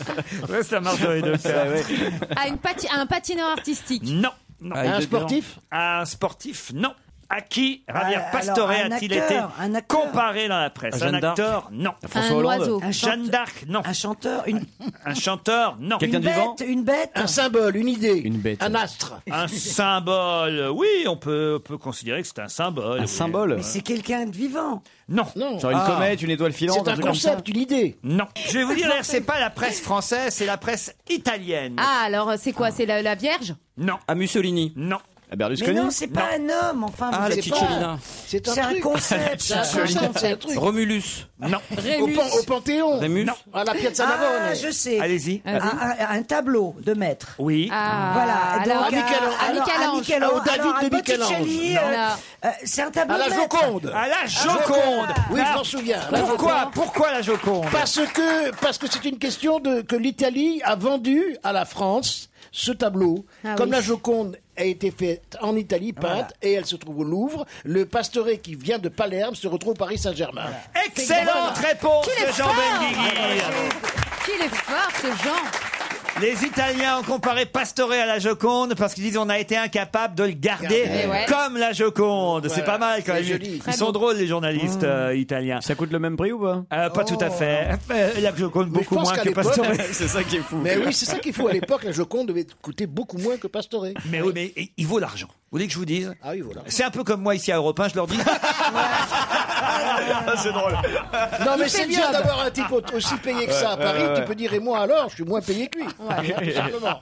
Ouais, ça marche dans les deux Ah, cas. à, une pati- à un patineur artistique <laughs> Non. non. Ah, il est Un sportif Un sportif, non. À qui Javier Euh, alors, Pastore un a-t-il été acteur, un acteur. comparé dans la presse À Un Jeanne d'Arc acteur, non. À François Un Hollande oiseau. Un chante- Jeanne d'Arc, non. Un chanteur, une, Un chanteur, non. une bête, une bête. Un symbole, une idée. Une bête. Un astre. Un symbole, oui, on peut, on peut considérer que c'est un symbole. Un oui. symbole Mais c'est quelqu'un de vivant. Non. Non. Genre une Ah. comète, une étoile filante C'est un truc comme ça concept, une idée. Non. Je vais vous dire, c'est pas la presse française, c'est la presse italienne. Ah, alors euh, c'est quoi C'est la, la Vierge Non, À Mussolini. non. À Mais Berlusconi non, c'est pas un homme, enfin. Ah, vous la êtes pas- Cicciolina. C'est <laughs> C'est un truc. concept. Ah, C'est un ça. concept, c'est un truc. Romulus. Non. Au, Rémus. pan- au Panthéon. Rémus. Non. À la Piazza Navone. Ah, je sais. Allez-y. Un, Ah. un- un tableau de maître. Oui. Ah, Voilà. Et alors, donc, Michel- alors, à alors, Michel-Ange. à Michel-Ange. Ah, au David Alors, à de Botticelli, Michel-Ange. euh, Non. euh, c'est un tableau À la Ah. de maître. Joconde. À la Joconde. Oui, Alors, je m'en souviens. La Pourquoi Pourquoi la Joconde Parce que parce que c'est une question de que l'Italie a vendu à la France ce tableau. Ah Comme oui. la Joconde a été faite en Italie, peinte, et elle se trouve au Louvre, le pastoré qui vient de Palerme se retrouve au Paris Saint-Germain. Excellente réponse Qu'il est de Jean fort Benguigui. Qu'il est fort ce Jean Les Italiens ont comparé Pastore à la Joconde parce qu'ils disent on a été incapable de le garder Garder, ouais. comme la Joconde. C'est Voilà. pas mal quand même. C'est Ils joli. Très sont beau. drôles les journalistes Mmh. euh, italiens. Ça coûte le même prix ou pas Oh, Euh, pas tout à fait. Euh, La Joconde Mais je beaucoup pense moins qu'à que l'époque- Pastore. <laughs> <laughs> C'est ça qui est fou. Mais oui, c'est ça qu'il faut. À l'époque, la Joconde devait coûter beaucoup moins que pastoré. Mais oui, mais il- il vaut l'argent. Vous voulez que je vous dise Ah oui, voilà. C'est un peu comme moi ici à Europe 1, je leur <laughs> dis Ah, C'est drôle. Non, mais fait c'est le bien job. d'avoir un type au- aussi payé que ça à Paris. Tu peux dire, et moi alors, je suis moins payé que lui. Tout simplement.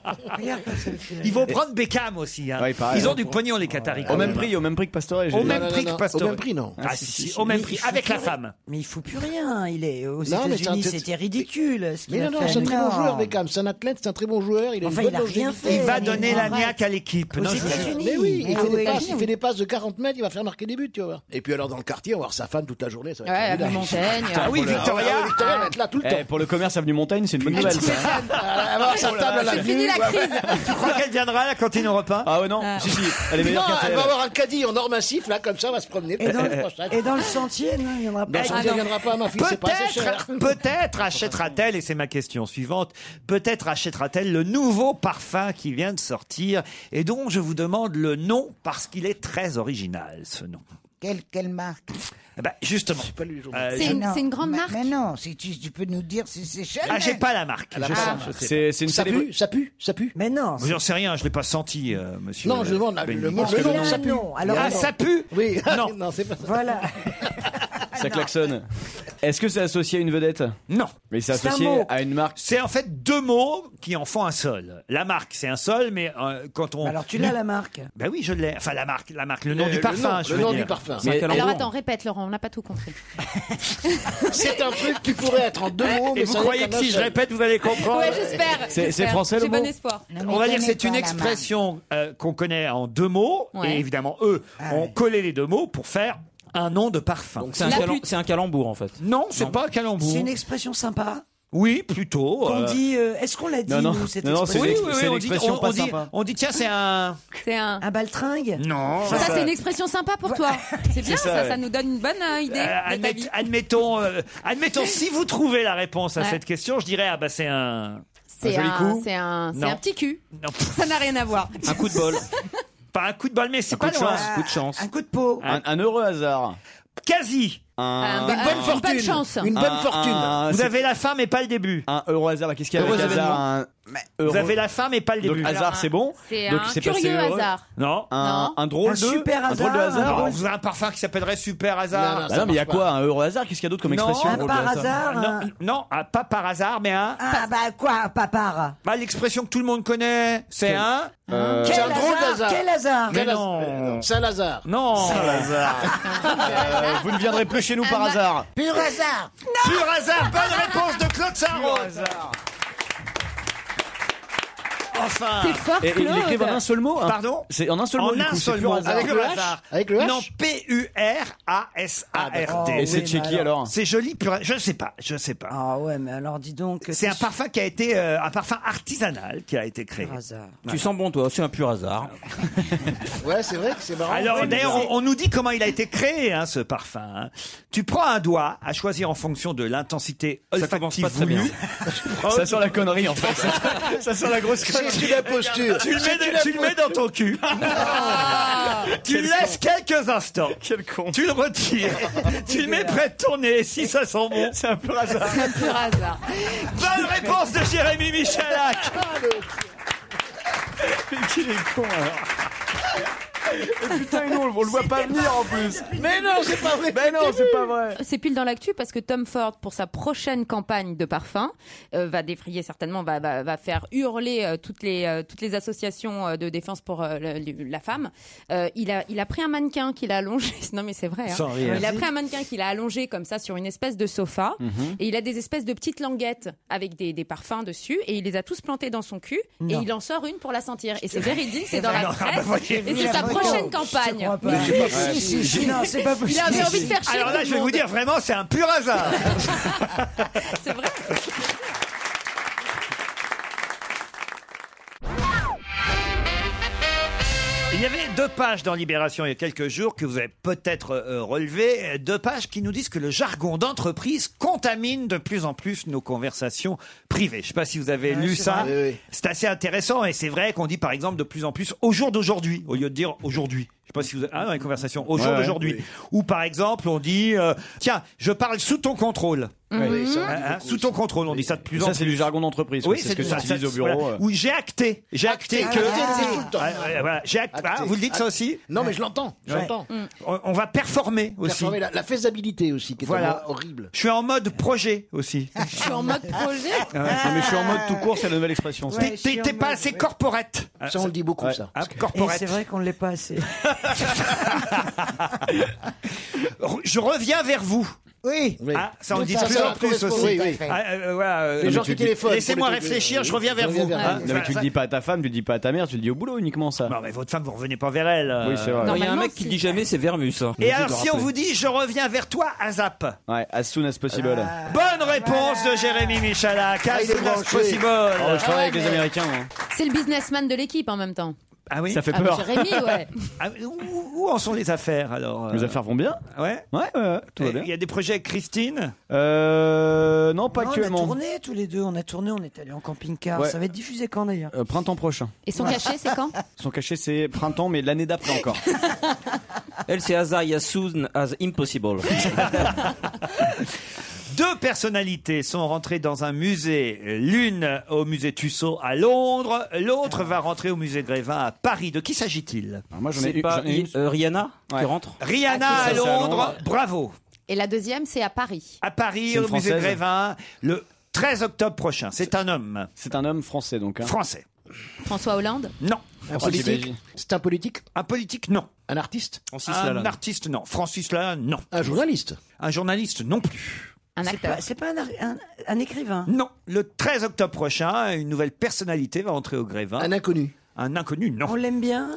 ils vont prendre Beckham aussi. hein. Ouais, pareil. ils ont du pognon les Qataris. Au même prix, au même prix que Pastore. j'ai Au dit. même non, prix non, que non. Pastore. Au même prix, non. Ah si, si, au même prix, avec la femme. Mais il faut plus rien. Il est aux Non, mais c'est un États-Unis, tête- c'était ridicule. Ce qu'il Mais non, a non, fait. c'est un très Non. bon joueur, Beckham. C'est un athlète, c'est un très bon joueur. Il a Enfin, une il a bonne rien longévité. fait. Il va Mais donner non, la arrête. niaque à l'équipe. Aux Non, je vous jure. États-Unis. Mais oui, il Ah fait, des ouais. passes, il fait des passes de 40 mètres, il va faire marquer des buts, tu vas voir. Et puis alors dans le quartier, on va voir sa femme femme toute la journée. Ça va être Ouais, formidable. à Montagne. Putain, Ah oui, pour le- Victoria. Ah oui, Victoria va être là tout le temps. Ah, Eh, pour le commerce avenue Montagne, c'est une bonne nouvelle. ça. hein. Ah, avoir Oh sa table à la C'est fini, nuit, la ouais. <laughs> Tu crois qu'elle viendra à la cantine au repas Ah ouais, non, si, si, elle est meilleure Non, elle qu'RTL. va avoir un caddie en or massif, là, comme ça, elle va se promener. Et dans, Peut-être. et dans le sentier, non, il n'y en aura Dans pas. le sentier, il viendra pas à ma fille, c'est pas assez cher. Ah Peut-être, peut-être achètera-t-elle, et c'est ma question suivante, peut-être achètera-t-elle le nouveau parfum qui vient de sortir et dont je vous demande le nom parce qu'il est très original, ce nom. Quelle, quelle marque Eh ben, justement. Euh, Mais je- non, grande mais- Mais non, si tu, tu peux nous dire si c'est Chanel. Ah, j'ai pas la marque. Ah, je sais, bah, je sais C'est- pas. c'est une Ça célébra- pue Ça pue, ça pue. Mais non. J'en sais rien, je l'ai pas senti, euh, monsieur. Non, je demande, Benny. le mot, Parce le que nom, non. ça pue. Alors, Ah, non. ça pue Oui, Non. <laughs> non, c'est pas ça. Voilà. Ça klaxonne. Est-ce que c'est associé à une vedette Non. Mais c'est C'est un associé mot. à une marque. C'est en fait deux mots qui en font un seul. La marque, c'est un seul, mais euh, quand on. Alors tu l'as la marque Ben oui, je l'ai. Enfin, la marque, la marque, le nom Le- du le parfum. nom, je le veux nom dire. du parfun. Mais- Alors attends, répète Laurent, on n'a pas tout compris. C'est un truc qui pourrait être en deux mots, mais Et vous ça n'est qu'un croyez que si je seul. répète, vous allez comprendre Ouais, j'espère. C'est- j'espère. c'est français, le J'ai bon mot espoir. On va dire que c'est une expression euh, qu'on connaît en deux mots. Ouais. Et évidemment, eux ont collé les deux mots pour faire un nom de parfum. C'est un, calen- c'est un calembour en fait. Non, c'est pas un calembour. C'est une expression sympa. Oui, plutôt. Qu'on euh, dit. euh, Est-ce qu'on l'a dit non, nous, cette non, non, c'est expression une exp- Oui, oui, c'est une on dit- expression on- pas on dit- sympa. on dit, tiens, c'est un. C'est un. Un baltringue Non. Ça, c'est une expression sympa <laughs> pour toi. C'est bien, ça, ça, ça, ouais. nous donne une bonne euh, idée. Euh, de ta admet- vie. admettons, euh, admettons, si vous trouvez la réponse à Ouais. cette question, je dirais ah bah c'est un, C'est joli un, coup. c'est un, c'est Non. un petit cul. Non. Ça n'a rien à voir. Un coup de bol. Pas un coup de bol, mais c'est Un coup pas de loin. chance, coup de chance. coup de peau. Un, un heureux hasard. Quasi. Un- euh, Une bonne une bonne fortune. chance. Une bonne fortune. Vous c'est- avez la fin, mais pas le début. Un heureux hasard. Qu'est-ce qu'il y a Heureux avec hasard événement. un- Vous heureux- avez la fin, mais pas le Donc, début. hasard, c'est bon. c'est Donc, un il s'est passé curieux heureux. hasard. Non. Un, un drôle de. drôle de hasard. Non, vous avez un parfum qui s'appellerait super hasard. Bah non, mais il y a quoi Un heureux hasard Qu'est-ce qu'il y a d'autre comme Non. expression Un drôle de par hasard, Non, non, ah, pas par hasard, mais un. Ah bah quoi, papara Bah, l'expression que tout le monde connaît, c'est un. Euh, C'est un drôle d'hasard. Quel hasard Mais Quel has- non. euh, non. Saint-Lazare. Non. Ah Euh, vous ne viendrez plus chez nous par Ah, bah- hasard. Pur hasard. Pur hasard. Bonne réponse de Claude Sarraud. Enfin. T'es fort, Ah. Et, et ils Claude. l'écrivent en un seul mot. hein. Pardon C'est en un seul mot. En du un coup, c'est seul pur mot. hasard. Avec le H Avec le H Non, Oh, P-U-R-A-S-A-R-D. Et c'est de chez qui alors C'est joli, pur. Je sais pas, je sais pas. Ah ouais, mais alors dis donc. C'est un parfum qui a été euh, un parfum artisanal qui a été créé. hasard. Tu sens bon toi, c'est un pur hasard. Ouais, c'est vrai que Ah, c'est marrant. Alors Ouais, d'ailleurs, on, on nous dit comment il a été créé, hein, ce parfum. hein. Tu prends un doigt à choisir en fonction de l'intensité olfactive voulue. <laughs> Ça sent la connerie en <laughs> fait. Ça- <laughs> Ça sent la grosse mais connerie. C'est une imposture. Tu le C'est une mets, tu le mets dans ton cul. <laughs> tu le laisses quelques instants. Quel con. Tu le retires. tu le mets près de ton nez si ça sent bon. <laughs> C'est un pur hasard. Un pur hasard. Bonne réponse de Jérémy Michalak. Ah, Mais qu'il est con alors. Et putain, et nous, on le voit pas venir en plus. Mais non, c'est pas vrai. Mais non, c'est pas vrai. C'est pile dans l'actu parce que Tom Ford, pour sa prochaine campagne de parfum, euh, va défrayer certainement, va, va, va faire hurler euh, toutes, les, euh, toutes les associations euh, de défense pour euh, le- le- la femme. Euh, il, a, il a pris un mannequin qu'il a allongé. <laughs> Non, mais c'est vrai. hein. Sans rire. Il a pris un mannequin qu'il a allongé comme ça sur une espèce de sofa. Et il a des espèces de petites languettes avec des, des parfums dessus. Et il les a tous plantés dans son cul. Et il en sort une pour la sentir. Et c'est véridique, <laughs> c'est dans la Non, presse. bah, voyez, et c'est sa la photo. prochaine Je campagne. crois pas. Si, si, si. Non, c'est pas Il possible. avait envie de faire chier. Alors là, tout le je vais vous monde. dire, vraiment, c'est un pur hasard. <laughs> C'est vrai. Il y avait deux pages dans Libération il y a quelques jours que vous avez peut-être euh, relevées, euh, deux pages qui nous disent que le jargon d'entreprise contamine de plus en plus nos conversations privées. Je ne sais pas si vous avez lu ça. vrai. Oui, oui. C'est assez intéressant et c'est vrai qu'on dit par exemple de plus en plus au jour d'aujourd'hui au lieu de dire aujourd'hui. Je sais pas si vous avez... ah dans les conversations au jour Ouais, ouais. d'aujourd'hui. Ou par exemple on dit euh, tiens je parle sous ton contrôle. Oui, ça, on dit Hein, hein, beaucoup, sous ton contrôle on dit ça de plus Ça, en plus. c'est du jargon d'entreprise. Oui, c'est ce que tu ça, utilises ça, au bureau. voilà. euh. Oui, j'ai acté. J'ai acté, Acté, Ah, que. acté, c'est tout le temps. Ouais, ouais, voilà, j'ai acté. Acté. Ah, vous le dites ça aussi Non, mais je l'entends. Je Ouais. l'entends. on, on va performer aussi. Performer La, la faisabilité aussi, qui est Voilà. tellement horrible. Je suis en mode projet aussi. Je suis en mode projet. Ah, mais je suis en mode tout court, c'est la nouvelle expression. ça. T'es- T'es t'es pas assez corporate. Ça, on le dit beaucoup, Ouais. ça. Hein, Parce que- Et corporate. <laughs> c'est vrai qu'on ne l'est pas assez. Je reviens vers vous. Oui. Ah, ça en Tout dit à plus fait. en plus aussi. Oui, oui. Ah, euh, voilà, euh, Les gens qui téléphonent. Laissez-moi pour les trucs. réfléchir, je reviens vers Oui, vous. vers Ah, vous. Non, mais tu le ça- dis pas à ta femme, tu le dis pas à ta mère, tu le dis au boulot uniquement ça. Non, mais votre femme, vous revenez pas vers elle. euh. Oui, c'est vrai. Non, il y a un normalement, mec qui dit jamais c'est Vermus. hein. Et Merci alors, de le si on rappeler. vous dit je reviens vers toi, Azap Ouais, as soon as possible. Bonne réponse de Jérémy Michalak. Ah, As il est soon as branché. possible. Oh, je travaille avec les Américains. hein. moi. Ah C'est le businessman de l'équipe en même temps. Ah oui Ça fait Ah, peur. Jérémy, <laughs> ouais. Ah, où, où en sont les affaires alors euh Les affaires vont bien Ouais. Ouais, ouais, ouais, tout va Et bien. Il y a des projets avec Christine Euh. Non, pas Non, on a actuellement. tourné tous les deux, on a tourné, on est allé en camping-car. Ouais. Ça va être diffusé quand d'ailleurs Euh, printemps prochain. Et son cachet, c'est quand <laughs> Son cachet, c'est printemps, mais l'année d'après <laughs> encore. Elle, c'est as I as soon as impossible. <laughs> Deux personnalités sont rentrées dans un musée. L'une au musée Tussaud à Londres, l'autre va rentrer au musée Grévin à Paris. De qui s'agit-il Moi, j'en ai eu- j'en ai eu une- euh, Rihanna qui rentre Rihanna Ah, qui à rentre. Londres, bravo. Et la deuxième, c'est à Paris. À Paris, C'est une au musée Française Grévin, le 13 octobre prochain. C'est un homme. C'est un homme français, donc. hein. Français. François Hollande Non. Un politique Belgique. C'est un politique Un politique, non. Un artiste Francis Un Lalanne. artiste, non. Francis Lalanne, non. Un journaliste Un journaliste, non plus. Un acteur. C'est pas un, ar- un- un écrivain. Non. Le 13 octobre prochain, une nouvelle personnalité va entrer au Grévin. Un inconnu Un inconnu, non. On l'aime bien.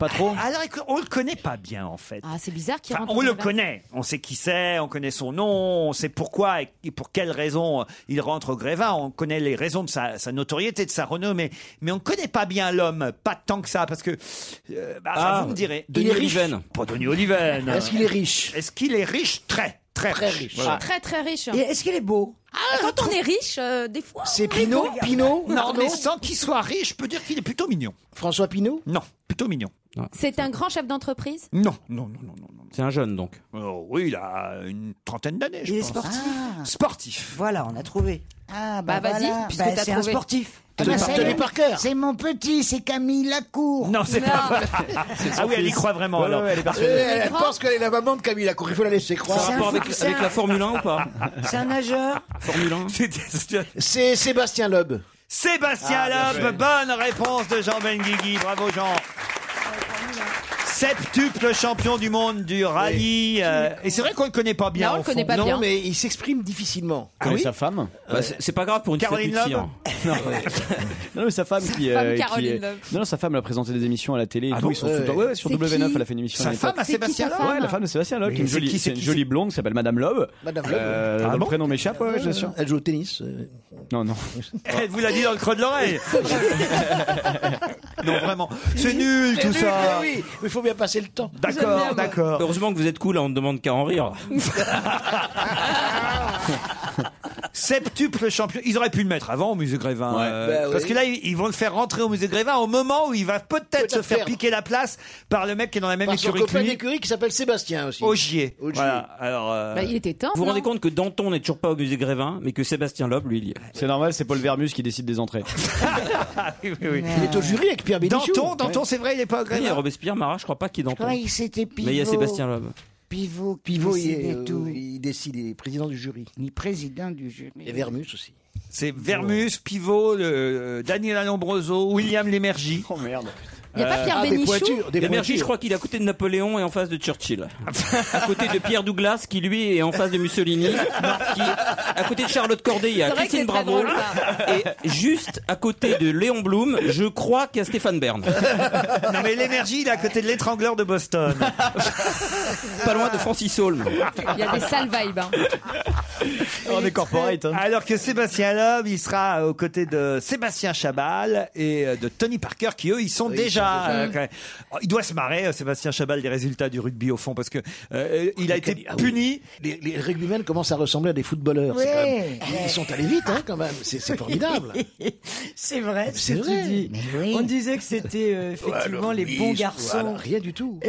Pas trop Ah, Alors, écoute, on le connaît pas bien, en fait. Ah, c'est bizarre qu'il Enfin, rentre. on le là-bas. connaît, on sait qui c'est, on connaît son nom, on sait pourquoi et pour quelles raisons il rentre au Grévin, on connaît les raisons de sa, sa notoriété, de sa renommée, mais on ne connaît pas bien l'homme, pas tant que ça, parce que... euh, bah, enfin, Ah, vous me direz... Denis Il est riche Oliven. Pas Denis Oliven. Est-ce qu'il est riche Est-ce qu'il est riche Très, très, riche. Voilà. Très très riche. Et est-ce qu'il est beau Ah, quand on est riche, euh, des fois. C'est on Pinot rigole. Pinot Non, Arnaud mais sans qu'il soit riche, je peux dire qu'il est plutôt mignon. François Pinot Non, plutôt mignon. C'est un grand chef d'entreprise Non, non, non, non. C'est un jeune, donc. Oh, oui, il a une trentaine d'années, je Il est pense. sportif. Sportif. Voilà, on a trouvé. Ah, bah bah, vas-y, voilà. puisque Bah, t'as c'est un trouvé. sportif. Ah, bah, Tony c'est Parker. mon- C'est mon petit, c'est Camille Lacour. Non, c'est pas <laughs> vrai. <laughs> Ah oui, elle y croit vraiment, alors. Euh, Elle, elle pense qu'elle est la maman de Camille Lacour. Il faut la laisser croire. Ça a rapport avec, avec la Formule 1 ou <laughs> pas C'est un nageur. Formule 1 C'est Sébastien Loeb. Sébastien Ah, bien Loeb, Bah, bonne réponse de Jean Benguigui. Bravo Jean. Septuple champion du monde du rallye. euh, et c'est vrai qu'on ne le connaît pas bien. Non, on le au fond. connaît pas Non, bien. mais il s'exprime difficilement. Ah oui sa femme Bah, c'est- C'est pas grave pour une Caroline fête de tir. Loeb Non. <laughs> non, mais sa femme qui. euh, femme, qui Caroline est- Loeb. Non, non, sa femme, elle a présenté des émissions à la télé et Ah tout. bon ils sont Ouais. tout le temps- ouais, ouais, sur C'est W9, qui elle a fait une émission. Sa à l'époque. femme à C'est Sébastien qui, sa Loeb Ouais, la femme de Sébastien Loeb, Mais qui est une c'est jolie, qui, c'est c'est une qui, jolie c'est- blonde qui s'appelle Madame Loeb. Madame Loeb. Euh, Ah dont bon Le prénom m'échappe, ouais, je sûr. Elle joue au tennis. Non, non. Elle vous l'a dit dans le creux de l'oreille. non, vraiment. C'est nul tout ça. Oui, mais il faut bien passer le temps. D'accord, d'accord. Heureusement que vous êtes cool, hein, on ne demande qu'à en rire. Septuple champion. Ils auraient pu le mettre avant au musée Grévin. euh, Bah oui. Parce que là, ils ils vont le faire rentrer au musée Grévin au moment où il va peut-être se faire perdre. piquer la place par le mec qui est dans la même Par son écurie que copain lui. d'écurie qui s'appelle Sébastien aussi. Augier. Voilà. Alors, Bah, il était temps. euh, Vous vous non rendez compte que Danton n'est toujours pas au musée Grévin, mais que Sébastien Loeb, lui, il y est. C'est normal, c'est Paul Vermus qui décide des <laughs> entrées. Il est au jury avec Pierre Bénichou. Danton, Danton, c'est vrai, il est pas Oui, il y agréable. a Robespierre, Marat, je crois pas qu'il est Je Danton. croyais que Mais c'était Pivot. il y a Sébastien Loeb. Pivot, qui Pivot, il, est, décidait euh, tout. il décide, il est président du jury. Il est président du jury. Et Vermus aussi. C'est Vermus, Pivot, le, euh, Daniel Alombroso, William Lémergie. Oh merde. Il y Euh, a pas ah, Pierre Ah, des Bénichou pointures, des La Bergie, je pointures. crois qu'il est à côté de Napoléon et en face de Churchill. à côté de Pierre Douglas, qui lui est en face de Mussolini. Qui- à côté de Charlotte Corday, il y C'est a vrai que c'est Christine très Bravo. drôle, et juste à côté de Léon Blum, je crois qu'il y a Stéphane Bern. Non mais l'énergie, il est à côté de l'étrangleur de Boston. Pas loin de Francis Holm. Ah. Il y a des sales vibes. hein. On est corporate. Alors que Sébastien Loeb, il sera aux côtés de Sébastien Chabal et euh, de Tony Parker, qui eux, ils sont déjà. euh, quand même. Oh, il doit se marrer, euh, Sébastien Chabal, des résultats du rugby au fond, parce que euh, il a été puni. Les, les rugbymen commencent à ressembler à des footballeurs. c'est quand Ouais. même- Ils sont allés vite, hein, quand même. C'est c'est formidable. <laughs> C'est vrai, Ah, C'est c'est vrai. vrai. On disait que c'était <laughs> euh, effectivement les bons garçons. Voilà, rien du tout. <laughs>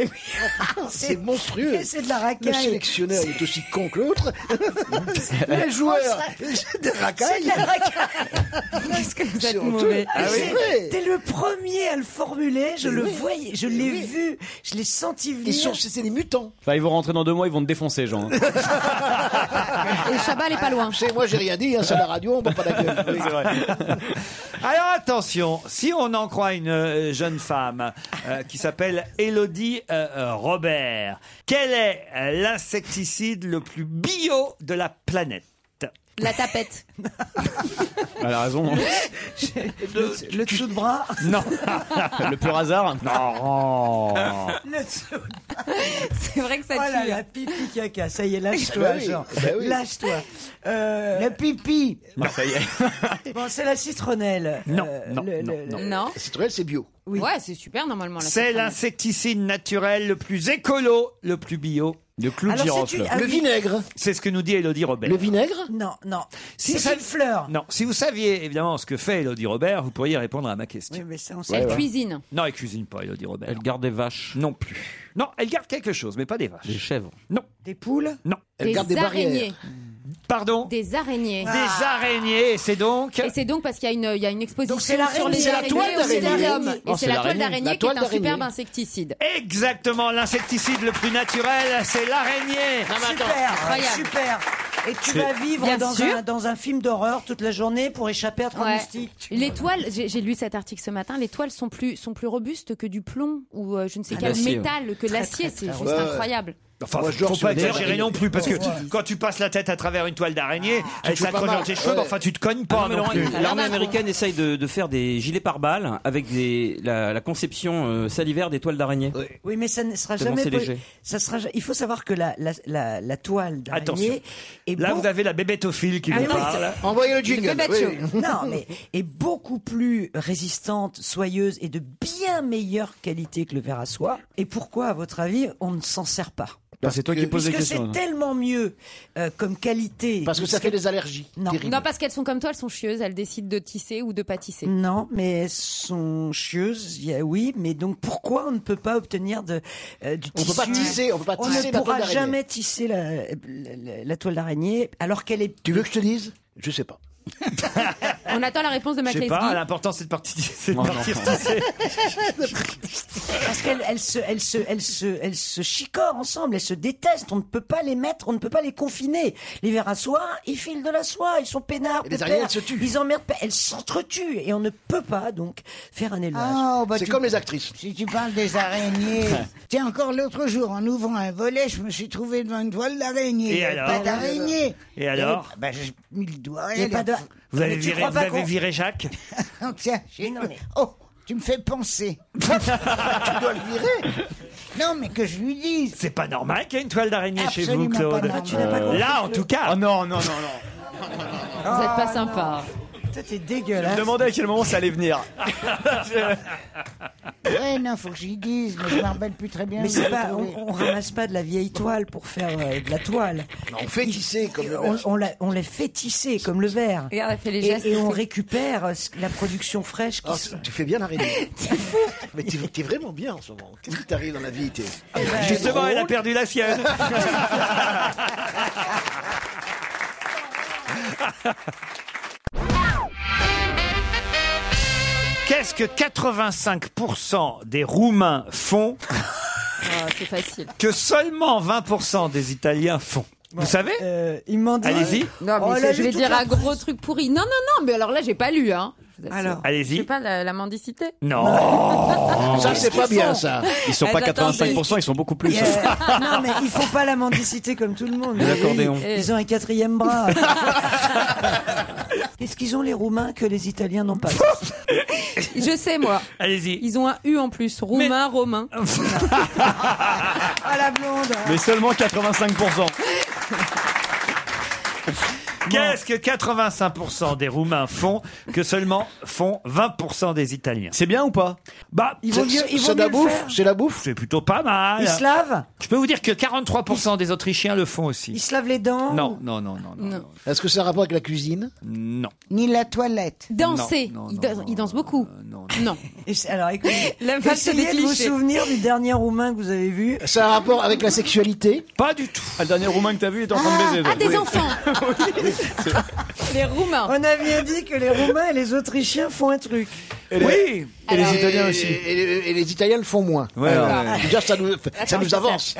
Ah, Et oui. <laughs> C'est monstrueux. Et c'est de la Le racaille. sélectionneur il est aussi con que <laughs> l'autre. Oh, Les joueurs, c'est <laughs> des C'est racailles. de la racaille. Qu'est-ce que vous C'est êtes honteux. mauvais. Ah oui. C'est- vrai. T'es le premier à le formuler. Je Mais le oui. voyais, je l'ai vu, je l'ai senti venir. Ils sont, c'est des mutants. Enfin, ils vont rentrer dans deux mois, ils vont te défoncer, Jean. Et Chabat, elle est pas loin. C'est moi, j'ai rien dit, hein, c'est la radio, on ne pas la gueule. Oui. Alors attention, si on en croit une euh, jeune femme euh, qui s'appelle Elodie euh, euh, Robert, quel est euh, l'insecticide le plus bio de la planète La <laughs> tapette. Elle a <laughs> raison. Le, le dessous de bras Non. le pur hasard Non. <laughs> Le dessous de bras. C'est vrai que ça oh là tue. là, pipi caca, ça y est, <laughs> lâche-toi, Bah oui, Jean. bah oui. Lâche-toi. Le pipi. ça y est. Bon, c'est la citronnelle. Non, non, le- non, non. Non. C'est vrai, c'est bio. Ouais, c'est super normalement. la C'est citronnelle. l'insecticide naturel le plus écolo, le plus bio. Le clou de Alors, c'est girofle. une- ah Le oui. vinaigre. C'est ce que nous dit Elodie Robert. Non, non. Si c'est ça- une fleur. Non, si vous saviez évidemment ce que fait Elodie Robert, vous pourriez répondre à ma question. Oui, mais ça, on sait Elle pas. cuisine. Non, elle cuisine pas, Elodie Robert. Elle garde des vaches. Non plus. Non, elle garde quelque chose, mais pas des vaches. Des chèvres. Non. Des Ah. poules Non. des araignées. Pardon Des araignées. Ah. Des araignées, et c'est donc. Et c'est donc parce qu'il y a une, il y a une exposition Donc c'est l'araignée, sur les c'est la araignées toile au Muséum. d'araignée. Et Oh, c'est c'est la toile l'araignée. La d'araignée qui est toile un superbe d'araignée. insecticide. Exactement, l'insecticide le plus naturel, c'est l'araignée. Super, Incroyable. super. Et tu C'est- vas vivre Bien dans sûr. un, dans un film d'horreur toute la journée pour échapper à trois Ouais. moustiques. Les toiles, j'ai j'ai lu cet article ce matin, les toiles sont plus, sont plus robustes que du plomb ou euh, je ne sais Ah, quel l'acier, métal, que l'acier, c'est juste Ouais, ouais. incroyable. Enfin, Moi, je dors faut sur pas des exagérer araignées. non plus, parce que Ouais. quand tu passes la tête à travers une toile d'araignée, Tu elle te fais pas s'accroche dans mal. tes cheveux, Ouais. Ah mais enfin, tu te cognes pas Non, mais non Laurent, plus. L'armée américaine essaye de, de faire des gilets pare-balles avec des, la, la conception euh, salivaire des toiles d'araignée. Oui, mais ça ne sera Tellement jamais. c'est po- léger. Ça sera. ja- Il faut savoir que la la la, la toile Attention. d'araignée est Là, beau- vous avez la bébétophile qui Ah vous oui, parle. c'est- Non, <laughs> mais est beaucoup plus résistante, soyeuse et de bien meilleure qualité que le verre à soie. Et pourquoi, à votre avis, on ne s'en sert pas Bah, c'est toi qui Parce poses les que questions. c'est tellement mieux euh, comme qualité. Parce que ça fait des allergies. Non. Non, parce qu'elles sont comme toi, elles sont chieuses, elles décident de tisser ou de pas tisser. Non, mais elles sont chieuses, y a- oui, mais donc pourquoi on ne peut pas obtenir de, euh, du On peut tissu pas tisser, on peut pas tisser ne la toile pourra d'araignée. jamais tisser la, la- la- la toile d'araignée alors qu'elle est. Tu veux que je te dise Je sais pas. On attend la réponse de Je sais Maclay. <laughs> pas, l'important c'est de partir. C'est de partir tisser. <laughs> Parce qu'elles elles se, elles se, elles se, elles se chicorent ensemble, elles se détestent. On ne peut pas les mettre, on ne peut pas les confiner. Les vers à soie, ils filent de la soie, ils sont peinards, Et les pépères, araignées, elles se tuent. Ils emmerdent, pas, elles s'entretuent et on ne peut pas donc faire un élevage. Ah, bah, C'est tu- comme les actrices. Si tu parles des araignées. Tiens, encore l'autre jour, en ouvrant un volet, je me suis trouvé devant une toile d'araignée. Et Il y avait alors Pas d'araignée. Et alors Bah, j'ai mis le doigt. Il y a elle pas est- de- Vous avez, Mais tu viré, crois vous pas avez qu'on- viré Jacques Non, tiens, j'ai- Oh, tu me fais penser. tu dois le virer. <laughs> Non, mais que je lui dise. C'est pas normal qu'il y ait une toile d'araignée chez vous, Absolument pas Claude. normal. Ah, tu n'as pas compris, Là, en tout cas. Oh non, non, non, non. Vous êtes Ah, pas sympa. Toi, t'es dégueulasse. <laughs> demandais à quel moment ça allait venir. Ouais, non, faut que j'y dise, mais je me rappelle plus très bien. Mais où c'est je l'ai pas, trouvé. on, on ramasse pas de la vieille toile pour faire euh, de la toile. On fait tisser comme le On, verre. on, la, on les fait tisser comme le verre. Regarde, elle fait les Et, gestes. et on récupère euh, ce- la production fraîche. Qui Oh, se- tu fais bien <laughs> l'araignée. Mais t'es t'es vraiment bien en ce moment. Qu'est-ce qui t'arrive dans la vie t'es- Eh ben, Justement, elle a perdu la <laughs> sienne. Qu'est-ce que 85% des Roumains font Ah, c'est facile. que seulement 20% des Italiens font Vous savez Euh, il m'en dit. Allez-y. Non, mais Oh, c'est- là, je vais toute dire la un gros truc pourri. Non, non, non, mais alors là, j'ai pas lu, hein. Je vous assure. Alors. Je Allez-y. sais pas la, la mendicité. Non <laughs> Ça, c'est pas bien, font ça. Ils Eh, sont pas Elles 85%, ils sont beaucoup <laughs> plus. <laughs> Euh, non, mais ils font pas la mendicité comme tout le monde. L'accordéon. Ils, ils ont un quatrième bras. <laughs> Qu'est-ce qu'ils ont les Roumains que les Italiens n'ont pas Je sais, moi. <laughs> Allez-y. Ils ont un U en plus. Roumain, <laughs> romain. Ah la blonde Mais seulement 85%. Qu'est-ce que 85% des Roumains font que seulement font 20% des Italiens C'est bien ou pas Bah, Ils vont mieux, ils vont C'est de la mieux le bouffe faire. C'est de la bouffe c'est plutôt pas mal. Ils se lavent Je peux vous dire que 43% des Autrichiens le font aussi. Ils se lavent les dents Non, non, non, non, non, Non. Est-ce que ça a rapport avec la cuisine non. Ni la toilette. Danser. Non, non, ils, dansent- ils dansent beaucoup. euh, non, non. <laughs> Non. Alors, écoutez, <laughs> La face essayez des de vous clichés. souvenir du dernier Roumain que vous avez vu. Ça a un rapport avec la sexualité Pas du tout. Ah, Le dernier Roumain que t'as vu est en train Ah, de baiser. toi. Oui. <laughs> les Roumains. On a bien dit que les Roumains et les Autrichiens font un truc. Oui Et Alors- euh, les Italiens aussi. Et, et- et les Italiens le font moins. Ouais, Ah, Alors, bah. ouais, ouais. déjà, ça nous, ça nous avance.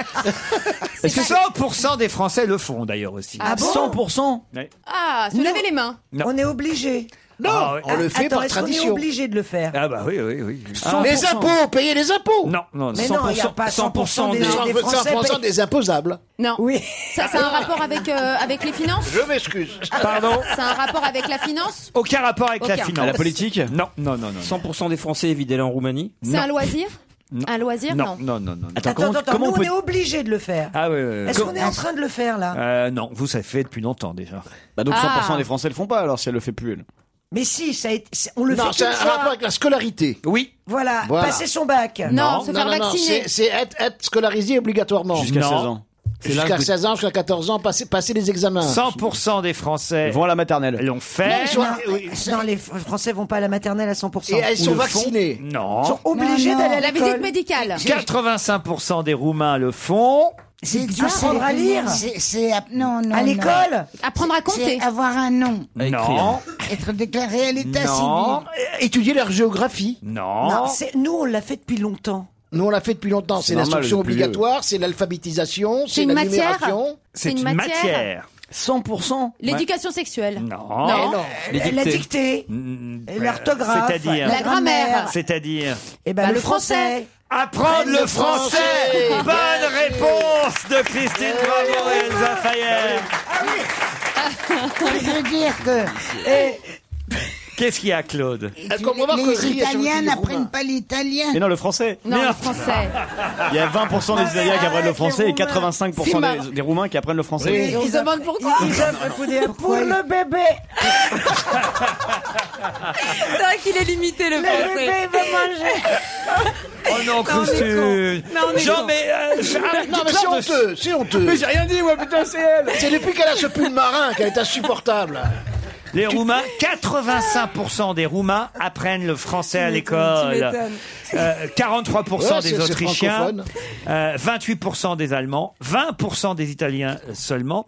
Est-ce que 100% des Français le font d'ailleurs aussi Ah bon 100% Ah, se laver les mains. On est obligé. Non, Ah, attends, est-ce qu'on est obligé de le faire. Ah bah oui, oui, oui. Ah. Les impôts, payer les impôts. Non, non, non. Mais non, il y a pas 100% des- des Français 100% payent- des imposables. Non. Oui. Ça, ça a un rapport avec, euh, avec les finances Je m'excuse. Pardon Ça a un rapport avec la finance Aucun rapport avec la Aucun. finance. À la politique Non, non, non, non. 100% des Français évidés en Roumanie C'est un loisir Un loisir Non. Non. Non, non, non. Attends, Attends, comment- attends, comment nous, on peut- on est obligé de le faire. Ah oui, oui, Euh, oui. Est-ce qu'on est en train de le faire, Ah, là Euh, non, vous, ça fait depuis longtemps déjà. Bah donc Ah. 100% des Français le font pas alors si elle le fait plus elle. Mais si, ça a été- c'est- on le Non, fait c'est une un fois. rapport avec la scolarité. Oui. Voilà, Voilà. passer son bac. c'est- C'est être, être scolarisé obligatoirement. Jusqu'à Non. 16 ans. C'est l'âge Jusqu'à de- 16 ans, jusqu'à 14 ans, passer, passer les examens. 100% des Français vont à la maternelle. L'ont fait. Non, ils sont- Non, Euh, non, les F- Français vont pas à la maternelle à 100%. Et elles Ou sont le vaccinées. font. Non. Ils sont obligés d'aller à La l'école. visite médicale. 85% des Roumains le font. C'est dur, c'est- C'est, c'est app- non, non, non. Apprendre à compter. C'est avoir un nom. Non. Être déclaré à l'état Non. <laughs> civil. Étudier leur géographie. Non. Non, c'est- nous, on l'a fait depuis longtemps. Nous, on l'a fait depuis longtemps. C'est C'est normal, l'instruction le plus vieux. obligatoire, c'est l'alphabétisation, c'est une la matière numération. C'est une une matière. matière. 100% L'éducation sexuelle Non. Non. Les La dictées. dictée. Mm, Et l'orthographe, C'est-à-dire. la grammaire. C'est-à-dire. Eh ben, Bah, le le français. français. Apprendre le le français. français Bien Bonne réponse de Christine Bravo et Elsa Fayer Je veux dire Euh, que euh, Et Qu'est-ce qu'il y a, Claude Elle comprend pas que les rire, si on dit Italiens les n'apprennent hein. Roumains. pas l'italien. Mais non, le français. Non, le <laughs> français. Il y a 20% Ah, des Italiens qui apprennent le français et 85% des, des Roumains qui apprennent le français. Ils se demandent pourquoi. ils offrent un coup de- pour le bébé. C'est vrai qu'il est limité, le Le français. bébé va manger. Oh non, Christine Non, on est Jean, con. mais. euh, je- arrête, Non, mais c'est Claude, honteux, c'est honteux. j'ai rien dit, moi, putain, c'est elle C'est depuis qu'elle a ce pull marin qu'elle est insupportable. Les Roumains, 85% des Roumains apprennent le français à l'école. Euh, 43% Ouais, c'est- des c'est Autrichiens, francophone. euh, 28% des Allemands, 20% des Italiens seulement.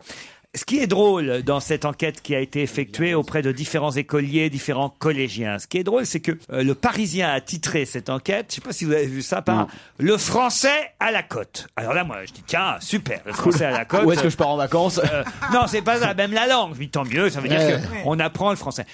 Ce qui est drôle dans cette enquête qui a été effectuée auprès de différents écoliers, différents collégiens, ce qui est drôle, c'est que euh, le Parisien a titré cette enquête, je ne sais pas si vous avez vu ça, Mm. par Le français à la côte. Alors là, moi, je dis, tiens, super, le français à la côte. Où est-ce que je pars en vacances <laughs> Euh, non, c'est pas ça. Même la langue. Je dis, tant mieux, ça veut dire Ouais. qu'on apprend le français.